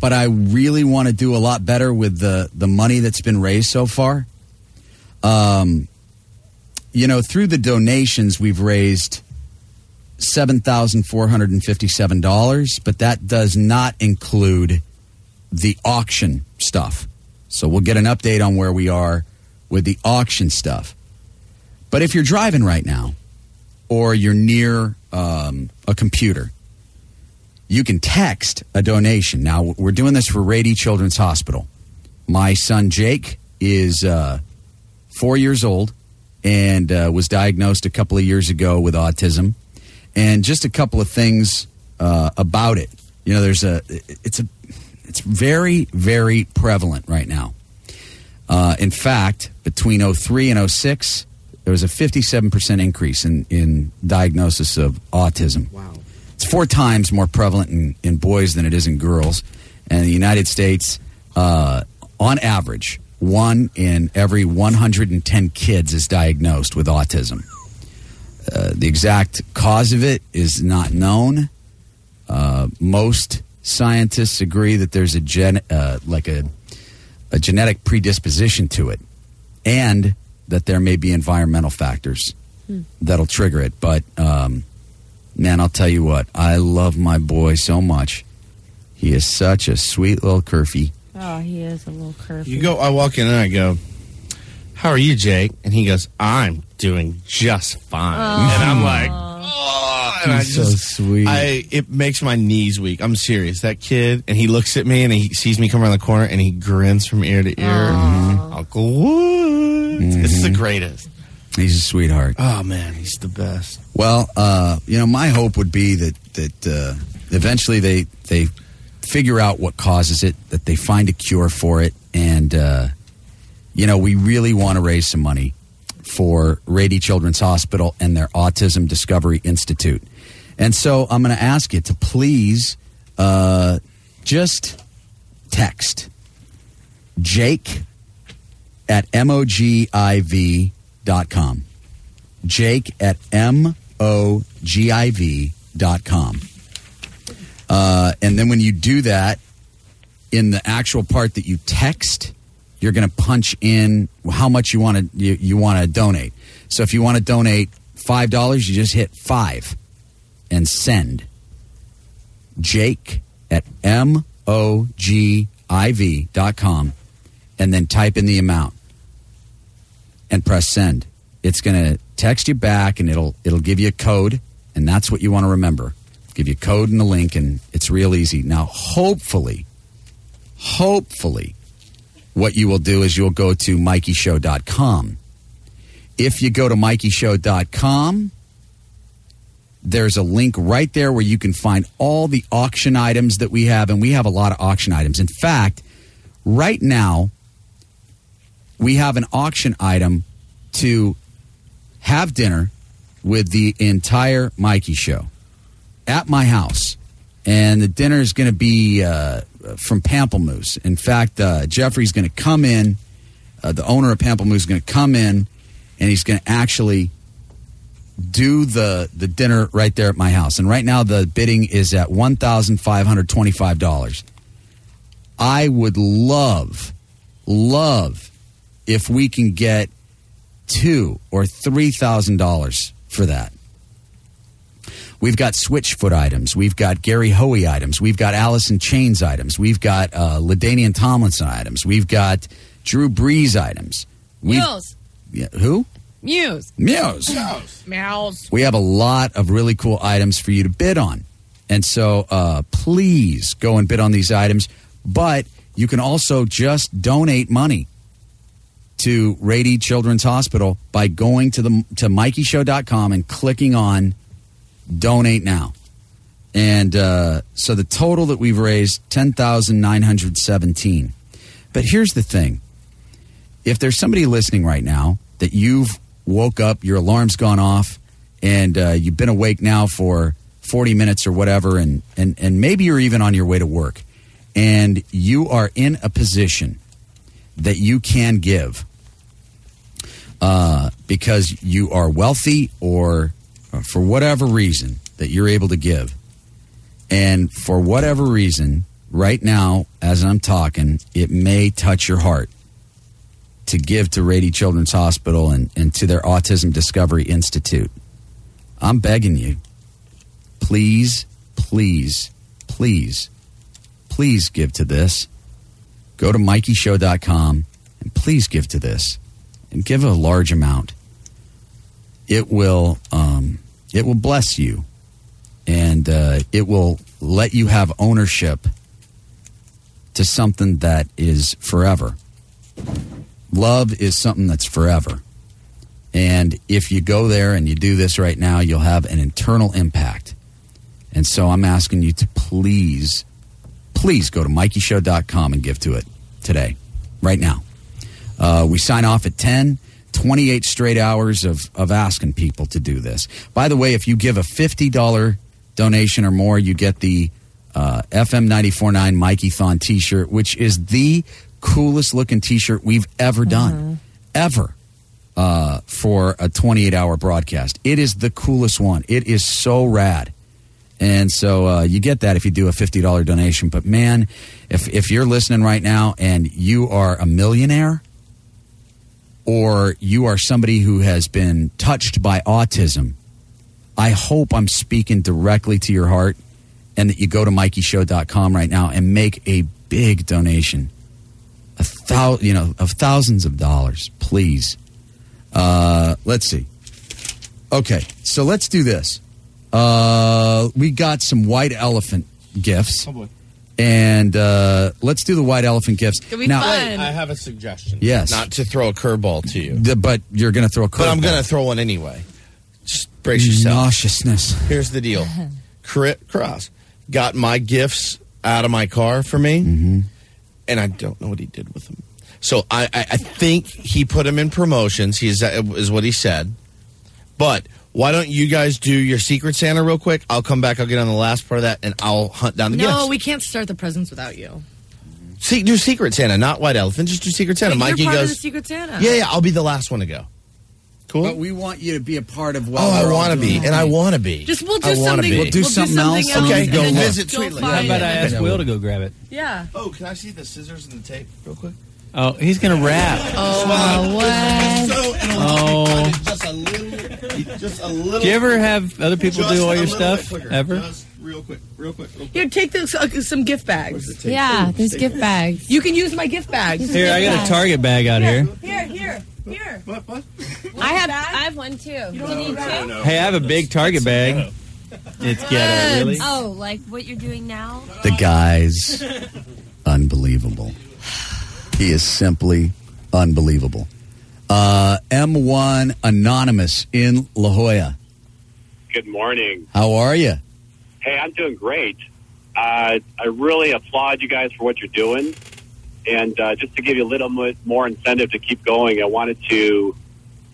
but I really want to do a lot better with the the money that's been raised so far. Um, you know, through the donations, we've raised seven thousand four hundred and fifty-seven dollars, but that does not include the auction stuff. So we'll get an update on where we are with the auction stuff. But if you're driving right now, or you're near um, a computer, you can text a donation. Now we're doing this for Rady Children's Hospital. My son Jake is uh, four years old and uh, was diagnosed a couple of years ago with autism. And just a couple of things uh, about it. You know, there's a it's a it's very very prevalent right now. Uh, in fact, between 03 and 06, there was a 57% increase in, in diagnosis of autism. Wow. It's four times more prevalent in, in boys than it is in girls. And in the United States, uh, on average, one in every 110 kids is diagnosed with autism. Uh, the exact cause of it is not known. Uh, most scientists agree that there's a gen, uh, like a a genetic predisposition to it and that there may be environmental factors that'll trigger it. But um, man, I'll tell you what, I love my boy so much. He is such a sweet little curfew.
Oh, he is a little curvy.
You go. I walk in and I go, How are you, Jake? And he goes, I'm doing just fine. And I'm like, oh, and
He's so sweet.
I, it makes my knees weak. I'm serious. That kid, and he looks at me and he sees me come around the corner and he grins from ear to ear. Mm-hmm. Uncle Wood. It's the
Mm-hmm.
greatest.
He's a sweetheart.
Oh, man, he's the best.
Well, uh, you know, my hope would be that that uh, eventually they they figure out what causes it, that they find a cure for it, and uh, you know, we really want to raise some money for Rady Children's Hospital and their Autism Discovery Institute. And so I'm going to ask you to please uh, just text Jake at mogiv dot com. Jake at mogiv dot com. Uh, and then when you do that, in the actual part that you text, you're going to punch in how much you want to you, you want to donate. So if you want to donate five dollars, you just hit five and send. Jake at m o g i v dot com, and then type in the amount and press send. It's going to text you back, and it'll it'll give you a code, and that's what you want to remember. Give you a code and a link, and it's real easy. Now, hopefully, hopefully, what you will do is you'll go to MikeyShow.com. If you go to MikeyShow.com, there's a link right there where you can find all the auction items that we have, and we have a lot of auction items. In fact, right now, we have an auction item to have dinner with the entire Mikey show at my house. And the dinner is going to be uh, from Pamplemousse. In fact, uh, Jeffrey's going to come in, uh, the owner of Pamplemousse is going to come in, and he's going to actually do the, the dinner right there at my house. And right now, the bidding is at $1,525. I would love, love if we can get two or three thousand dollars for that. We've got Switchfoot items. We've got Gary Hoey items. We've got Allison Chains items. We've got uh, Ladanian Tomlinson items. We've got Drew Brees items. We've-
Mules.
Yeah, who?
Muse.
Muse.
Mouse.
We have a lot of really cool items for you to bid on. And so uh, please go and bid on these items. But you can also just donate money to Rady Children's Hospital by going to the to MikeyShow.com and clicking on donate now. And uh, so the total that we've raised ten thousand nine hundred seventeen. But here's the thing: if there's somebody listening right now that you've woke up, your alarm's gone off, and uh, you've been awake now for forty minutes or whatever, and and and maybe you're even on your way to work, and you are in a position that you can give uh, because you are wealthy or uh, for whatever reason that you're able to give. And for whatever reason, right now, as I'm talking, it may touch your heart to give to Rady Children's Hospital and, and to their Autism Discovery Institute. I'm begging you, please, please, please, please give to this go to MikeyShow.com and please give to this and give a large amount. It will um, it will bless you and uh, it will let you have ownership to something that is forever. Love is something that's forever. And if you go there and you do this right now, you'll have an internal impact. And so I'm asking you to please, please go to MikeyShow.com and give to it today, right now. Uh, we sign off at 10, 28 straight hours of, of asking people to do this. By the way, if you give a $50 donation or more, you get the uh, FM 949 Mikey Thon t shirt, which is the coolest looking t shirt we've ever done, ever. Uh, for a 28 hour broadcast, it is the coolest one. It is so rad. And so uh, you get that if you do a $50 donation. But man, if, if you're listening right now and you are a millionaire or you are somebody who has been touched by autism, I hope I'm speaking directly to your heart and that you go to MikeyShow.com right now and make a big donation a thou, you know, of thousands of dollars, please. Uh, let's see. Okay, so let's do this. Uh, we got some white elephant gifts.
Oh, boy.
And uh, let's do the white elephant gifts. now,
Wait, I have a suggestion.
Yes.
Not to throw a curveball to you.
The- but you're going to throw a curveball.
But I'm going to throw one anyway. Just brace yourself.
Nauseousness.
Here's the deal. Crit Cross got my gifts out of my car for me,
Mm-hmm.
and I don't know what he did with them. So I, I, I think he put them in promotions. He is, is what he said. But why don't you guys do your Secret Santa real quick? I'll come back. I'll get on the last part of that, and I'll hunt down the
no,
gifts.
we can't start the presents without you.
See, do Secret Santa, not White Elephant. Just do Secret Santa.
But you're
Mikey
part of
goes.
the Secret Santa.
Yeah, yeah. I'll be the last one to go. Cool.
But we want you to be a part of what
oh, I
we're all Mm-hmm.
want to
doing.
be, and I want to be.
Just- we'll do
I wanna
something-
be.
We'll do We'll do something something else and else
Okay,
and then
go
go
visit
find
Sweetly.
it. How about I ask
Will to go grab it?
Yeah.
Oh, can I see the scissors and the tape real quick?
Oh, he's going to rap.
Oh,
Uh,
So, and
Oh.
just a little, just a little.
Do you ever have other people
Just
do all
a
your
little bit
stuff?
quicker.
Ever?
Just real quick, real quick, real quick.
Here, take this, uh, some gift bags.
Yeah, there's gift bags.
You can use my gift bags.
Here, I got a Target bag out here.
Here, here, here.
What, what?
I have I have one too. Do you need two?
Hey, I have a big Target bag. It's ghetto, really.
Oh, like what you're doing now?
The guy's unbelievable. He is simply unbelievable. Uh, M1 Anonymous in La Jolla.
Good morning.
How are you?
Hey, I'm doing great. Uh, I really applaud you guys for what you're doing. And uh, just to give you a little bit more incentive to keep going, I wanted to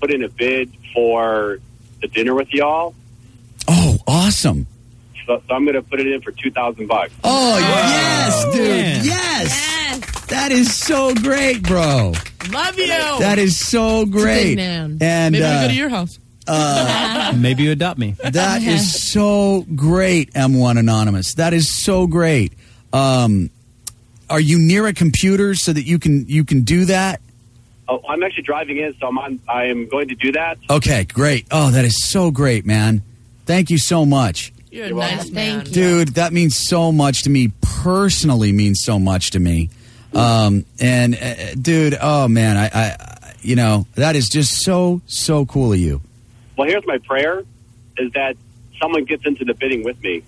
put in a bid for the dinner with y'all.
Oh, awesome.
So, so I'm going to put it in for two thousand bucks.
Oh, yes, dude.
man.
Yes. That is so great, bro.
Love you.
That is so great.
man.
And
Maybe I'll
uh,
go to your house.
uh,
maybe you adopt me.
That is so great, M1 Anonymous. That is so great. Um, are you near a computer so that you can you can do that?
Oh, I'm actually driving in, so I'm on, I am going to do that.
Okay, great. Oh, that is so great, man. Thank you so much.
You're, a nice man.
Dude, that means so much to me. Personally, means so much to me. Um, and uh, uh, dude, oh man, I, I, I- you know, that is just so so cool of you.
Well, here's my prayer: is that someone gets into the bidding with me.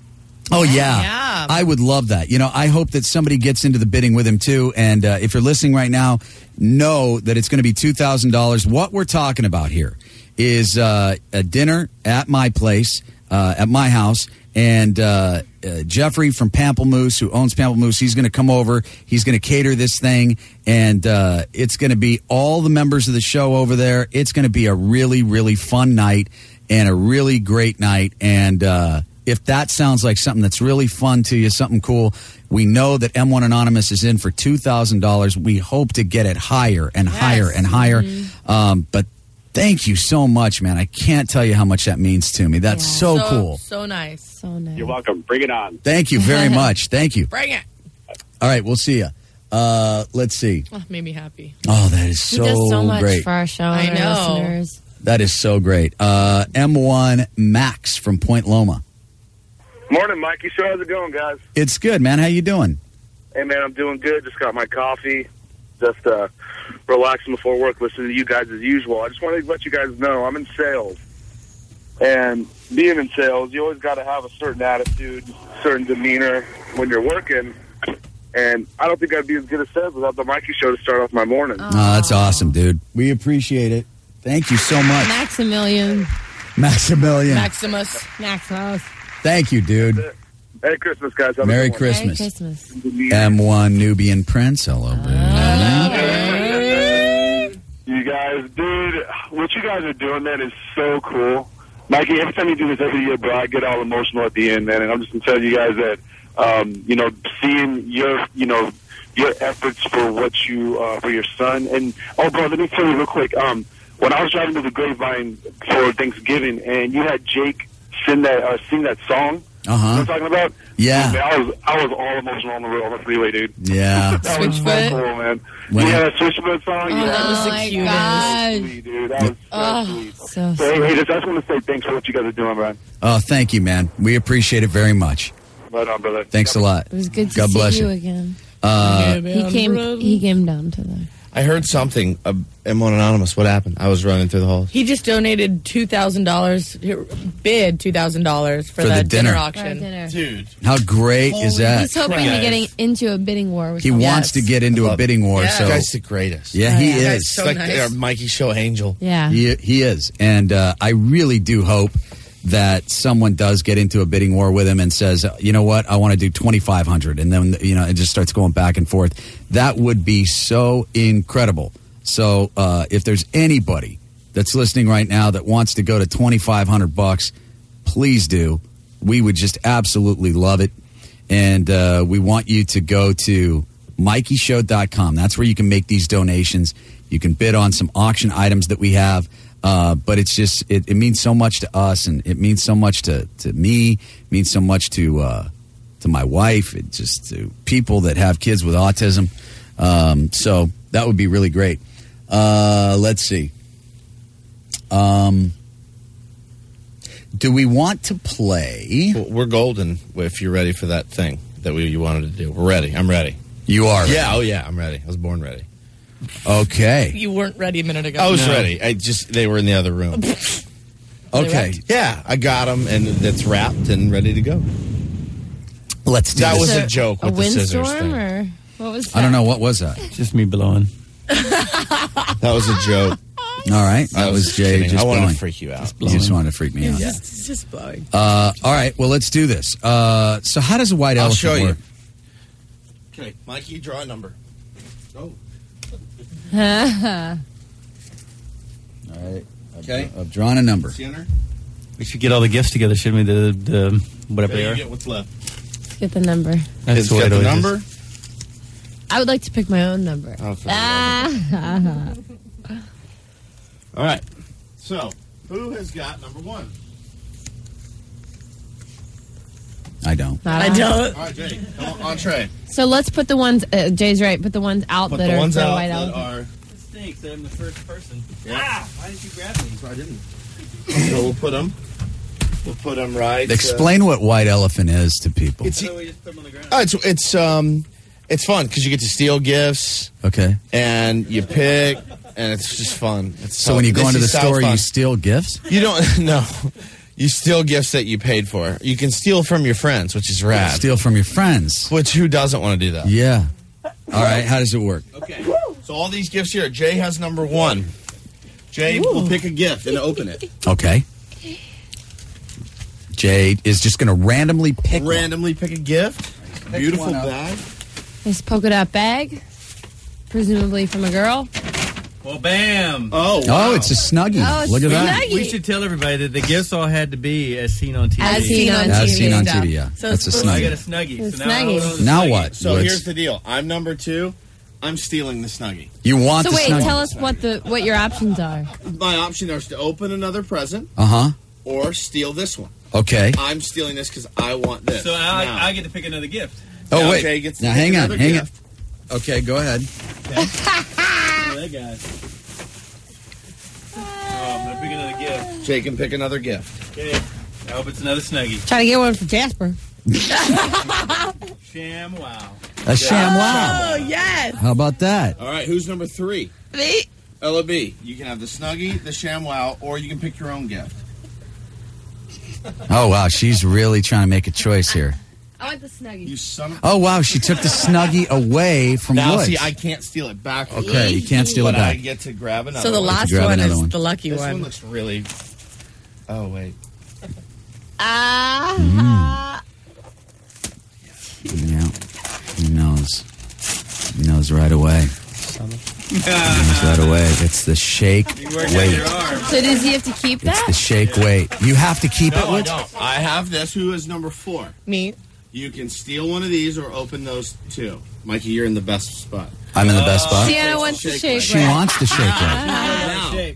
Oh yeah. I would love that. You know, I hope that somebody gets into the bidding with him too. And uh, if you're listening right now, know that it's going to be two thousand dollars. What we're talking about here is uh, a dinner at my place, uh, at my house, and. Uh, uh, Jeffrey from Pamplemousse, who owns Pamplemousse, he's going to come over. He's going to cater this thing, and uh, it's going to be all the members of the show over there. It's going to be a really, really fun night and a really great night. And uh, if that sounds like something that's really fun to you, something cool, we know that M1 Anonymous is in for $2,000. We hope to get it higher and higher and higher. Um, but thank you so much, man. I can't tell you how much that means to me. That's so, cool.
So nice. So nice.
You're welcome. Bring it on.
Thank you very much. Thank you.
Bring it.
All right, we'll see you. Uh, let's see.
Oh, made me happy.
Oh, that is
He
so,
does so much
great.
for our show
I
and our
know.
listeners.
that is so great. Uh, M1 Max from Point Loma.
Morning, Mikey. So how's it going, guys?
It's good, man. How you doing?
Hey, man, I'm doing good. Just got my coffee. Just uh, relaxing before work, listening to you guys as usual. I just wanted to let you guys know I'm in sales, and being in sales, you always got to have a certain attitude, certain demeanor when you're working. And I don't think I'd be as good as sales without the Mikey Show to start off my morning.
Oh, that's awesome, dude. We appreciate it. Thank you so much,
Maximilian.
Maximilian.
Maximus.
Maximus.
Thank you, dude.
Merry Christmas, guys. Have a good
Merry
one.
Christmas. Oh,
Christmas.
M1 Nubian Prince. Hello,
You guys, dude, what you guys are doing, man, is so cool. Mikey, every time you do this every year, bro, I get all emotional at the end, man. And I'm just going to tell you guys that, um, you know, seeing your, you know, your efforts for what you, uh, for your son. And, oh, bro, let me tell you real quick. Um, when I was driving to the Grapevine for Thanksgiving and you had Jake sing that, uh, sing that song. You
Uh
know what
huh.
I'm talking about?
Yeah.
Man, I was, I was all emotional on the road, on the freeway, dude.
Yeah.
that was so cool, man.
When-
yeah, that Switchfoot song. yeah.
Oh, that was the my cutest. God.
Sweet, dude. That was
Oh,
so,
so
hey, hey, just, I just want to say thanks for what you guys are doing, man.
Oh, thank you, man. We appreciate it very much.
Right on, brother.
Thanks a lot.
It was good to
God
see
bless
you
you.
again.
Uh,
he came. He came down to the.
I heard something. Uh, M1 Anonymous. What happened? I was running through the halls.
He just donated two thousand dollars, bid two thousand dollars for,
For the
that
dinner.
auction.
Dude,
How great is that?
Oh, He's hoping to getting into a bidding war. With
He
someone.
wants to get into a bidding war.
Yeah.
So
Guy's
the greatest.
Yeah, he
Yeah.
is.
Guy's so Like, nice. uh,
Mikey Show Angel.
Yeah.
he, he is, and uh, I really do hope that someone does get into a bidding war with him and says, you know what, I want to do twenty five hundred, and then you know it just starts going back and forth. That would be so incredible. So uh, if there's anybody that's listening right now that wants to go to twenty five hundred bucks, please do. We would just absolutely love it. And uh, we want you to go to MikeyShow.com. That's where you can make these donations. You can bid on some auction items that we have. Uh, but it's just, it, it means so much to us and it means so much to, to me, it means so much to, uh, to my wife, it just to people that have kids with autism. Um, so that would be really great. Uh, let's see. Um, do we want to play?
We're golden if you're ready for that thing that we, you wanted to do. We're ready. I'm ready.
You are ready.
Yeah. Oh yeah. I'm ready. I was born ready.
Okay.
You weren't ready a minute ago.
I was ready. I just they were in the other room.
Okay.
Yeah, I got them, and it's wrapped and ready to go.
Let's
That
Is
was
there
a joke with
a
the scissors
windstorm
thing.
or what was that?
I don't know. What was that? Just me blowing.
That was a joke.
All right.
I
That
was
was,
just
Jay.
kidding.
Just
I wanted to
blowing.
freak you out.
You just wanted to freak me
It's
out.
just, it's just blowing.
Uh, all right. Well, let's do this. Uh, so, how does a white
I'll
elephant
show you.
work?
Okay, Mikey, draw a number. Oh.
All right. Okay. I've drawn a number.
We should get all the gifts together, shouldn't we? The, the whatever they are.
what's left.
Get the number.
That's
It's
the way
got
it
the
always is.
number.
I would like to pick my own number.
Oh, for the
Ah.
All right. So, who has got number one?
I don't.
Not I I. don't.
All right, Jay, come on, entree.
so let's put the ones. Uh, Jay's right. Put the ones out
Put
that
the
are
ones
for
out
white
that
elephant.
are.
Thanks. I'm the first person.
Ah, why did you grab me? I didn't. so we'll put them. We'll put them right. uh,
Explain what white elephant is to people.
It's, Oh, it's it's um, it's fun because you get to steal gifts
Okay.
and you pick, and it's just fun. It's
So, when you go
this
into the
is how
store,
fun-
you steal gifts?
You don't no. You steal gifts that you paid for. You can steal from your friends, which is rad.
Steal from your friends.
Which who doesn't want to do that?
Yeah. All right. How does it work?
Okay. So all these gifts here. Jay has number one. Jay will pick a gift and open it.
Okay. Jay is just going to randomly pick. one.
Randomly pick a gift. Beautiful
one up.
bag.
This polka dot bag, presumably from a girl.
Well, bam.
Oh,
wow. it's a Snuggie.
Oh, it's Look at that. Snuggie.
We should tell everybody that the gifts all had to be as seen on TV.
As seen on
As TV. seen on TV, yeah.
So
That's a
it's- I
Snuggie.
got a Snuggie.
It's
so now,
Snuggie.
I own a
Now
Snuggie.
what?
So
Woods?
here's the deal. I'm number two. I'm stealing the snuggie.
you want
so
the
wait,
Snuggie.
tell us what the what your options are.
My option is to open another present
uh huh.
or steal this one.
Okay.
I'm stealing this because I want this.
So I,
Now.
I get to pick another gift.
Oh,
Now
wait.
Jay gets to
now,
pick
hang on.
another
Hang
gift.
on. Okay, go ahead.
that guy. Oh, I'm gonna pick another gift.
Jay can pick another gift.
Okay. I hope it's another Snuggie.
Try to get one for Jasper.
Sham wow.
A sham wow.
yes.
How about that?
All right, who's number three?
Me.
LOB. You can have the Snuggie, the ShamWow, or you can pick your own gift.
Oh wow, she's really trying to make a choice here.
I want the snuggie.
You son of
Oh wow, she took the snuggie away from
Now,
Woods.
see, I can't steal it back. from
Okay,
you.
you can't steal it
But
back.
I get to grab
Oh,
another
So the
one.
last
grab
one
another
is
one.
the lucky
This
one.
one looks really. Oh, wait.
Ah.
Uh-huh.
yeah, he knows. He knows right away. He knows right away. It's the shake weight.
So does he have to keep
It's
that?
the shake weight. You have to keep it,
No, I
Woods.
don't. I have this. Who is number four?
Me.
You can steal one of these or open those two. Mikey, you're in the best spot.
I'm in the best spot.
Sienna wants the shake.
She
weight.
wants the shake weight.
Now,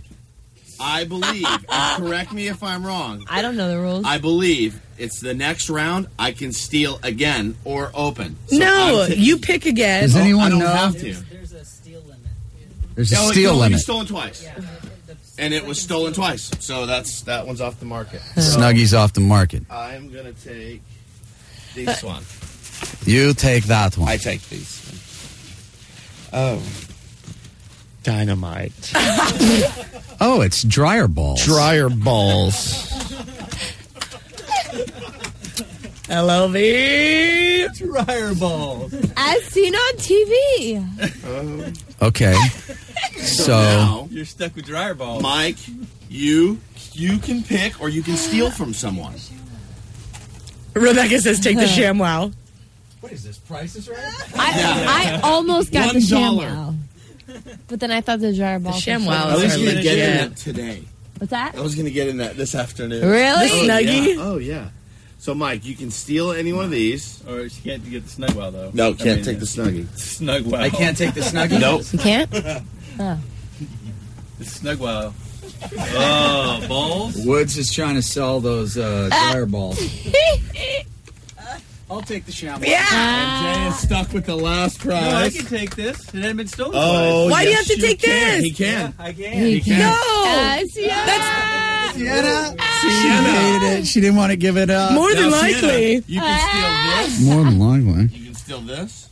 I believe, and correct me if I'm wrong,
I don't know the rules.
I believe it's the next round I can steal again or open. So
no,
I'm taking-
you pick again.
Does anyone
I don't
know?
have to.
There's a
No, it can
steal
only be
limit.
stolen twice. And it was stolen twice. So that's that one's off the market. So
Snuggie's off the market.
I'm going to take this one.
You take that one.
I take these. Oh. Dynamite.
oh, it's dryer balls.
Dryer balls.
LLV.
Dryer balls.
As seen on TV.
Okay. so
now you're stuck with dryer balls. Mike, you you can pick or you can steal from someone.
Rebecca says, "Take the ShamWow."
What is this? Price is right.
I, I almost got the
One dollar.
ShamWow. But then I thought the dryer ball. was-
I was gonna get in that today.
What's that?
I was gonna get in that this afternoon.
Really? The
Oh,
Snuggie?
Yeah. Oh yeah. So Mike, you can steal any one of these.
Or she can't get the snug wow though.
No, can't
I mean,
take the snuggie.
Snug wow.
I can't take the Snuggie? Nope.
You can't? Oh.
The snug wow. Oh, balls.
Woods is trying to sell those uh,
Ah.
dryer balls. I'll take the shower.
Ah,
Yeah.
And Jay is stuck with the last
No, I
prize.
can take this. It hadn't been stolen.
Oh,
twice.
Why do you yes, have to you take can. this? He can.
Yeah, I can.
He can.
Uh, Sienna.
Sienna. She hated it. She didn't want to give it up.
More than Now, Sienna, likely. you can steal this.
More than likely.
You can steal this.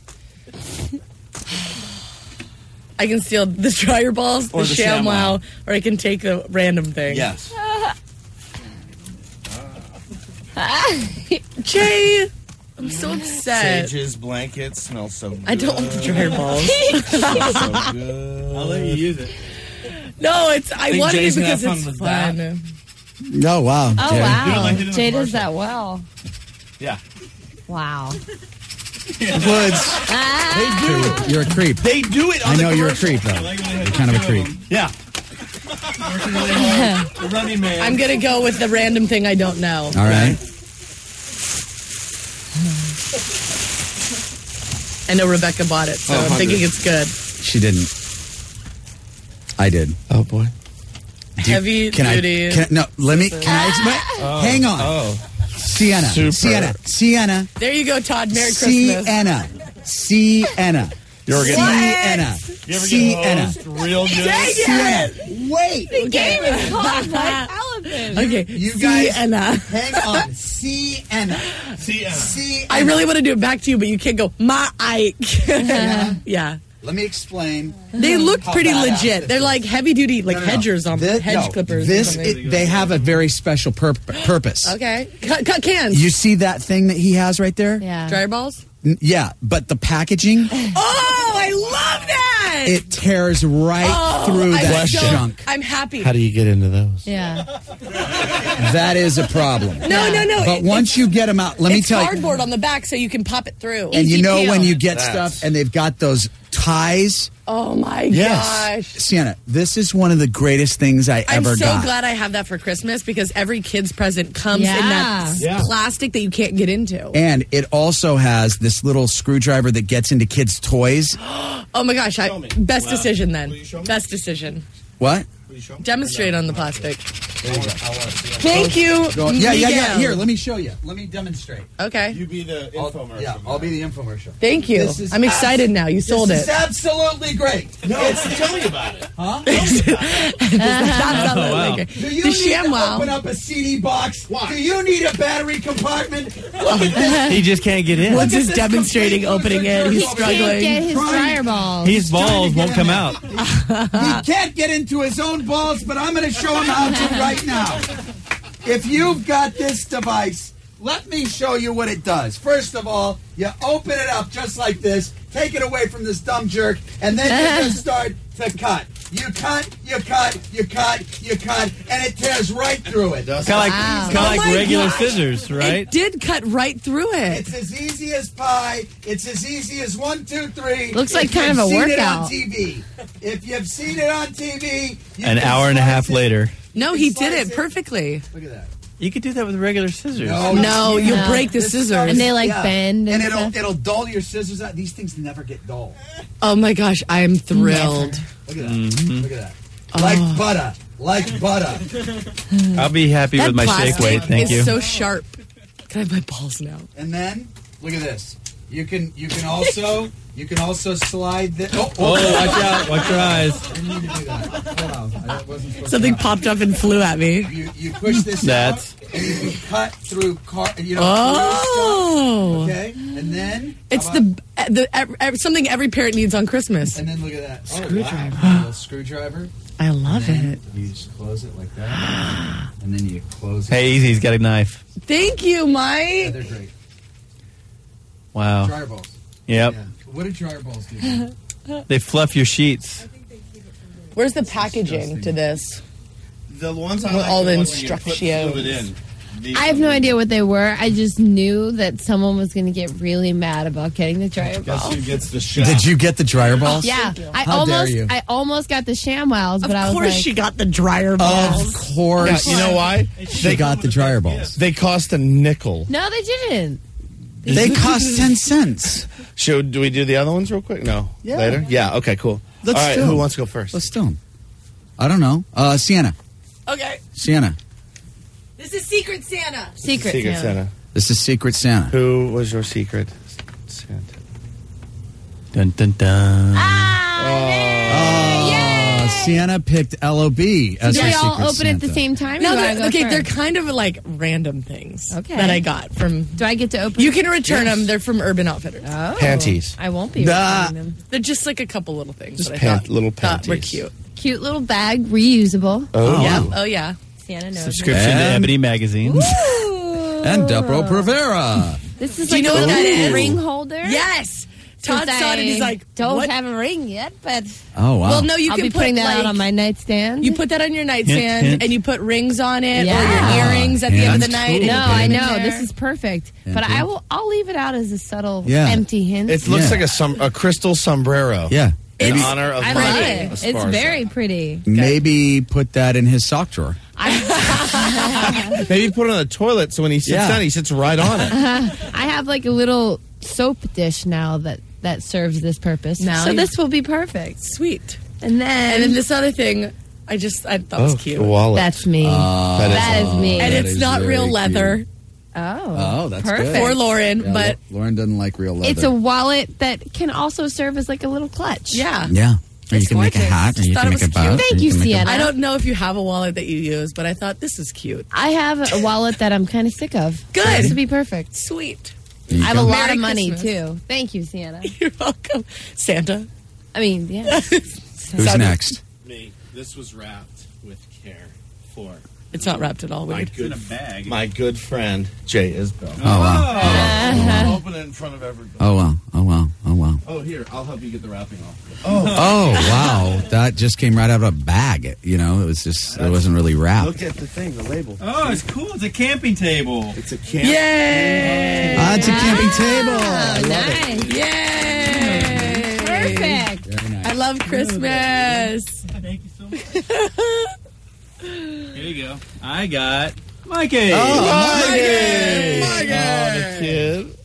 I can steal the dryer balls, the,
Or the
ShamWow,
ShamWow.
or I can take the random thing.
Yes.
Jay, I'm so upset.
Sage's blanket smells so good.
I don't want the dryer balls.
Smells so good. I'll let you use it.
No, it's I
Think
wanted
Jay's
it
gonna
because
have
it's
fun
fun.
with that?
No, wow.
Oh,
Jay.
wow. Jay does that well.
Yeah.
Wow. Ah.
Woods. You're- You're a creep.
They do it.
I know you're a creep, though. You're kind of a creep.
Yeah.
The running man.
I'm gonna go with the random thing I don't know.
All right.
I know Rebecca bought it, so
Oh,
I'm
100.
thinking it's good.
She didn't. I did.
Oh boy.
Heavy
can
duty.
I? Can, no. Let me. Can I explain?
Oh.
Hang on. Sienna.
Super.
Sienna. Sienna.
There you go, Todd. Merry Christmas.
Sienna. Sienna.
You're
getting-
Sienna.
You ever get
Sienna.
hosed
real good?
Sienna. Wait.
The game is called
White
Elephant.
Okay,
You guys.
Sienna.
Hang on. Sienna.
Sienna.
Sienna.
I really want to do it back to you, but you can't go. My Ike.
Yeah.
yeah.
Let me explain.
They look
how
pretty
badass
legit.
this
They're
is.
like heavy duty, like
No, no, no.
hedgers on
Thi-
hedge
no,
clippers. or
This
something.
it, they have a very special pur- purpose.
okay. Cut, cut cans.
You see that thing that he has right there? Yeah.
Dryer balls.
yeah, but the packaging
Oh, I love that.
it tears right
Oh,
through
I
that
don't-
junk.
I'm happy.
How do you get into those?
Yeah.
That is a problem.
No, no, no.
But
It-
once you get them out, let me
it's
tell you.
cardboard on the back, so you can pop it through.
And you know when you get
That's-
stuff and they've got those ties.
Oh my gosh.
Sienna, this is one of the greatest things I
I'm
ever
so
got.
glad I have that for Christmas because every kid's present comes in that
Yeah.
s-
Yeah.
plastic that you can't get into.
And it also has this little screwdriver that gets into kids' toys.
Oh my gosh, I, best decision then. Best decision.
What?
Demonstrate on the plastic. Thank you.
Go- yeah, yeah, yeah.
Miguel.
Here, let me show you. Let me demonstrate.
Okay.
You be the infomercial.
Yeah, I'll be the infomercial.
Thank you.
This is
I'm excited now. You sold
This
it.
is absolutely great.
No, tell me about it.
That's not that liquor.
Do you
The
need to
ShamWow.
open up a CD box? Do you need a battery compartment? Look at this.
He just can't get in.
Woods is demonstrating opening it. He's
He
Can't get
struggling.
his dryer balls.
His balls won't come out.
He can't get into his own balls, but I'm going to show him how to right now. If you've got this device, let me show you what it does. First of all, you open it up just like this, take it away from this dumb jerk, and then you just start to cut. You cut, you cut, you cut, you cut, and it tears right through it.
Kind of like, kind of
Oh my
like regular
gosh.
scissors, right?
It did cut right through it.
It's as easy as pie. It's as easy as one, two, three.
Looks like
If
kind
you've
of a
seen
workout.
It on TV. If you've seen it on TV, you
An
can
hour and a
slice
half
it.
later.
No, he did
Slice
it perfectly.
Look at that.
You could do that with regular scissors.
Oh,
No,
No,
you
you
can't.
break the
This
scissors.
stuff-
And they, like, bend
and,
and
it'll
stuff.
it'll dull your scissors out. These things never get dull.
Oh my gosh, I am thrilled.
Look at that.
Mm-hmm.
Look at that. Like
Oh.
butter. Like butter.
I'll be happy with my shake weight. Thank
is
you.
Oh,
so sharp. Can I have my balls now?
And then look at this.
You can you can also you can also slide the oh,
Oh, watch out. Watch your eyes.
I didn't mean to do that. Hold on. I wasn't supposed
Something
to.
popped up and flew at me.
You, you push this
That's-
out, and you can cut through car. You know,
Oh.
through stuff, okay, and then
It's
how about-
the the ev- ev- something every parent needs on Christmas.
and then look at that
Screwdriver.
Oh, wow. A little screwdriver.
I love
And
it.
then You just close it like that, and then you close.
Hey, easy. He's got a knife.
Thank you,
Yeah,
Mike.
they're great.
Wow.
Dryer balls.
Yep.
What do dryer balls do?
They fluff your sheets.
Where's the packaging to this?
The ones
With all the
Put
instructions.
in. The-
I have no idea what they were. I just knew that someone was going to get really mad about getting the dryer ball.
Guess who gets the shot?
Did you get the dryer balls?
Yeah, I
How dare
almost,
you.
I almost got the ShamWows, but I was like,
got the dryer
Of course.
Yeah, you know why?
She got the dryer balls.
They cost a nickel.
no, they didn't.
They cost 10 cents.
Should do we do the other ones real quick? No.
Yeah.
Later? Yeah, okay, cool.
Let's
All right,
do 'em.
who wants to go first?
Let's do them. I don't know. Uh, Sienna.
Okay.
Sienna.
This is Secret Santa.
Secret,
Secret Santa.
This is Secret Santa.
Who was your secret Santa?
Dun dun dun.
Ah.
Ah,
Uh, Sienna picked LOB as
Did
her
they all
Secret
open
Santa.
at the same time?
No,
Do I
they're,
go
okay,
first?
they're kind of like random things
Okay.
that I got from.
Do I get to open?
You can return them. They're from Urban Outfitters.
Oh.
Panties.
I won't be
Nah.
opening them.
They're just like a couple little things
Just
that I
pant-
thought,
little
thought were
panties.
cute.
Cute little bag, reusable.
Oh,
Yeah. Oh yeah.
Santa knows.
Subscription to
And-
Ebony Magazine.
And Depro Provera.
This is
Do
like
you know what
a
that
little
is?
ring holder.
Yes. Todd
Since
saw it and
I
he's like,
don't
what?
have a ring yet, but
Oh, wow.
Well, no, you
I'll
can
be
put
putting that out
like-
on my nightstand.
You put that on your nightstand
hint.
and you put rings on it or
Yeah.
your earrings at the end of the
That's
night.
cool.
no,
and you put
I
them in
know
there.
this is perfect, but
Empty.
I will. I'll leave it out as a subtle,
Yeah.
empty hint.
It looks
Yeah.
like a, som- a crystal sombrero.
Yeah.
In
Maybe,
honor of
I
Mike
love it. It's
Esparza.
very pretty.
maybe put that in his sock drawer.
Maybe put it on the toilet so when he sits
Yeah.
down, he sits right on it.
I have like a little soap dish now that that serves this purpose.
Now
so
you-
this will be perfect.
sweet.
And then,
And then this other thing, I just I thought was cute.
The wallet.
that's me.
Uh,
that is me.
and
Oh, That
it's
is
not
very
real
cute.
leather
oh,
Oh, that's
perfect.
good.
for Lauren,
Yeah,
but
Lau- Lauren doesn't like real leather.
It's a wallet that can also serve as like a little clutch.
yeah.
yeah. Or you
It's
can make a
gorgeous.
hat, or
Just
you
thought
can
it
make a
was cute.
bow. or
Thank you,
can make a-
Sienna.
I don't know if you have a wallet that you use, but I thought this is cute.
I have a wallet that I'm kind of sick of.
Good.
So This would be perfect.
Sweet.
There you
I have a
go.
lot
Merry
of money
Christmas.
too. Thank you, Sienna.
You're welcome. Santa.
I mean, yeah.
Who's next?
Me. This was wrapped with care for
It's not wrapped at all. Weird.
a bag.
My good friend, Jay Isbell.
Oh, wow.
Open it in front of everybody.
Oh, wow. Oh, wow. Oh, wow.
Oh, here, I'll help you get the wrapping off.
Oh wow, that just came right out of a bag. You know, it was just it wasn't really wrapped.
at the thing, the label.
Oh, it's cool. It's a camping table.
It's a camp.
Yay!
Ah, it's a camping table.
Oh, nice.
Yay!
Perfect.
Very nice.
I love Christmas.
Thank you so much. here you go. I got Mikey.
Oh, the kid.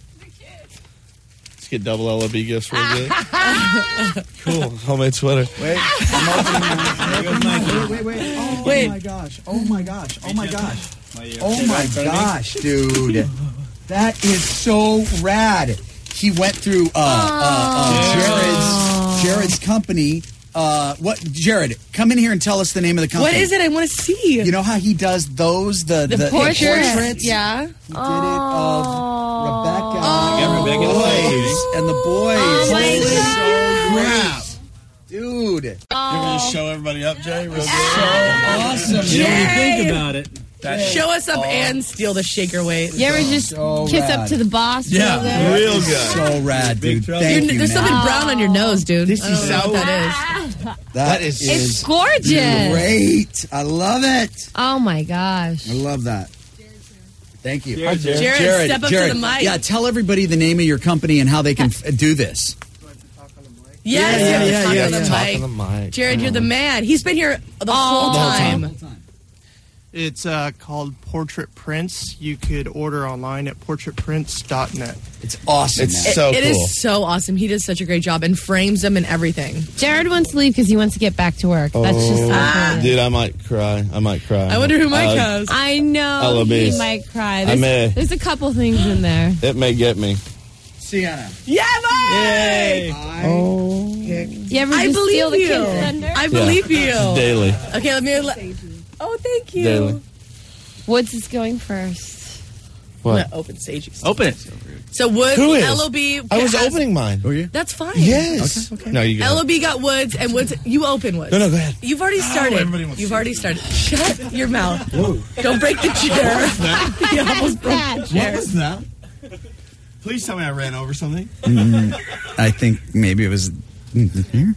Let's get double LOB gifts for a kid. cool. Homemade sweater.
Wait,
There goes Mikey.
wait, wait! Oh
Wait.
my gosh! Oh my gosh! Oh my gosh!
Oh, yeah.
Oh my gosh, dude! That is so rad. He went through uh, uh, uh, Jared's Jared's company. Uh, what Jared? Come in here and tell us the name of the company.
What is it? I want to see.
You know how he does those the the, the
portraits.
portraits?
Yeah.
He did it of Rebecca.
got Rebecca
and the
Oh.
and
boys. And the boys.
Oh
Holy
my
Crap.
Dude. It
Can you show everybody up, Jay? Real
was so awesome.
You know, when
Yay!
you think about it. That
Show us up and steal the shaker weight.
You ever just
So
kiss
rad.
up to the boss?
Yeah.
brother?
Real
good.
good.
So rad, dude.
Big trouble.
Thank
You're-
you,
there's
man.
something brown on your nose, dude.
This
I don't
is
know
so-
what that
That is-
It's gorgeous.
great. I love it.
Oh my gosh.
I love that. Thank you.
Jared, Jared.
Jared, step up to the mic.
Yeah, tell everybody the name of your company and how they can f- do this.
is.
Yeah,
Yes, you
yeah,
have to
yeah,
talk on the
yeah.
mic.
Talk on the mic.
Jared, you're the man. He's been here the whole time.
It's uh, called Portrait Prints. You could order online at portraitprints.net.
It's awesome.
It's
man.
so
It
cool.
is so awesome. He does such a great job and frames them and everything.
Jared wants to leave because he wants to get back to work. That's just.
Oh,
Ah.
Dude, I might cry. I might cry.
I wonder who Mike
Uh,
has.
I know
Ella
he
Beast.
might cry.
I
There's,
may.
there's a couple things in there.
It may get me.
Sienna.
Yeah, boy!
I oh.
You ever I
just
believe
steal the
you.
kid's thunder?
I believe
Yeah.
you.
Daily.
Okay, let me. Let, oh, thank you.
Daily.
Woods is going first.
I'm
What?
gonna open Sagey's.
Open it.
So Woods,
Who is?
Lob.
I was
has-
opening mine. Were you?
That's fine.
Yes.
Okay.
No, you.
Lob got Woods, and Woods, you open Woods.
No, no, go ahead.
You've already started. You've already started. Shut your mouth. Don't break the chair. you almost broke the
What
chair.
was that? Please tell me I ran over something.
Mm, I think maybe it was here.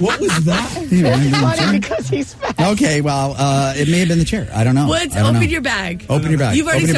what was that?
Yeah, I think it's here.
because he's fat.
Okay, well, uh, it may have been the chair. I don't know.
Woods,
I don't
open
know.
your bag.
Open your bag.
You've already
Open your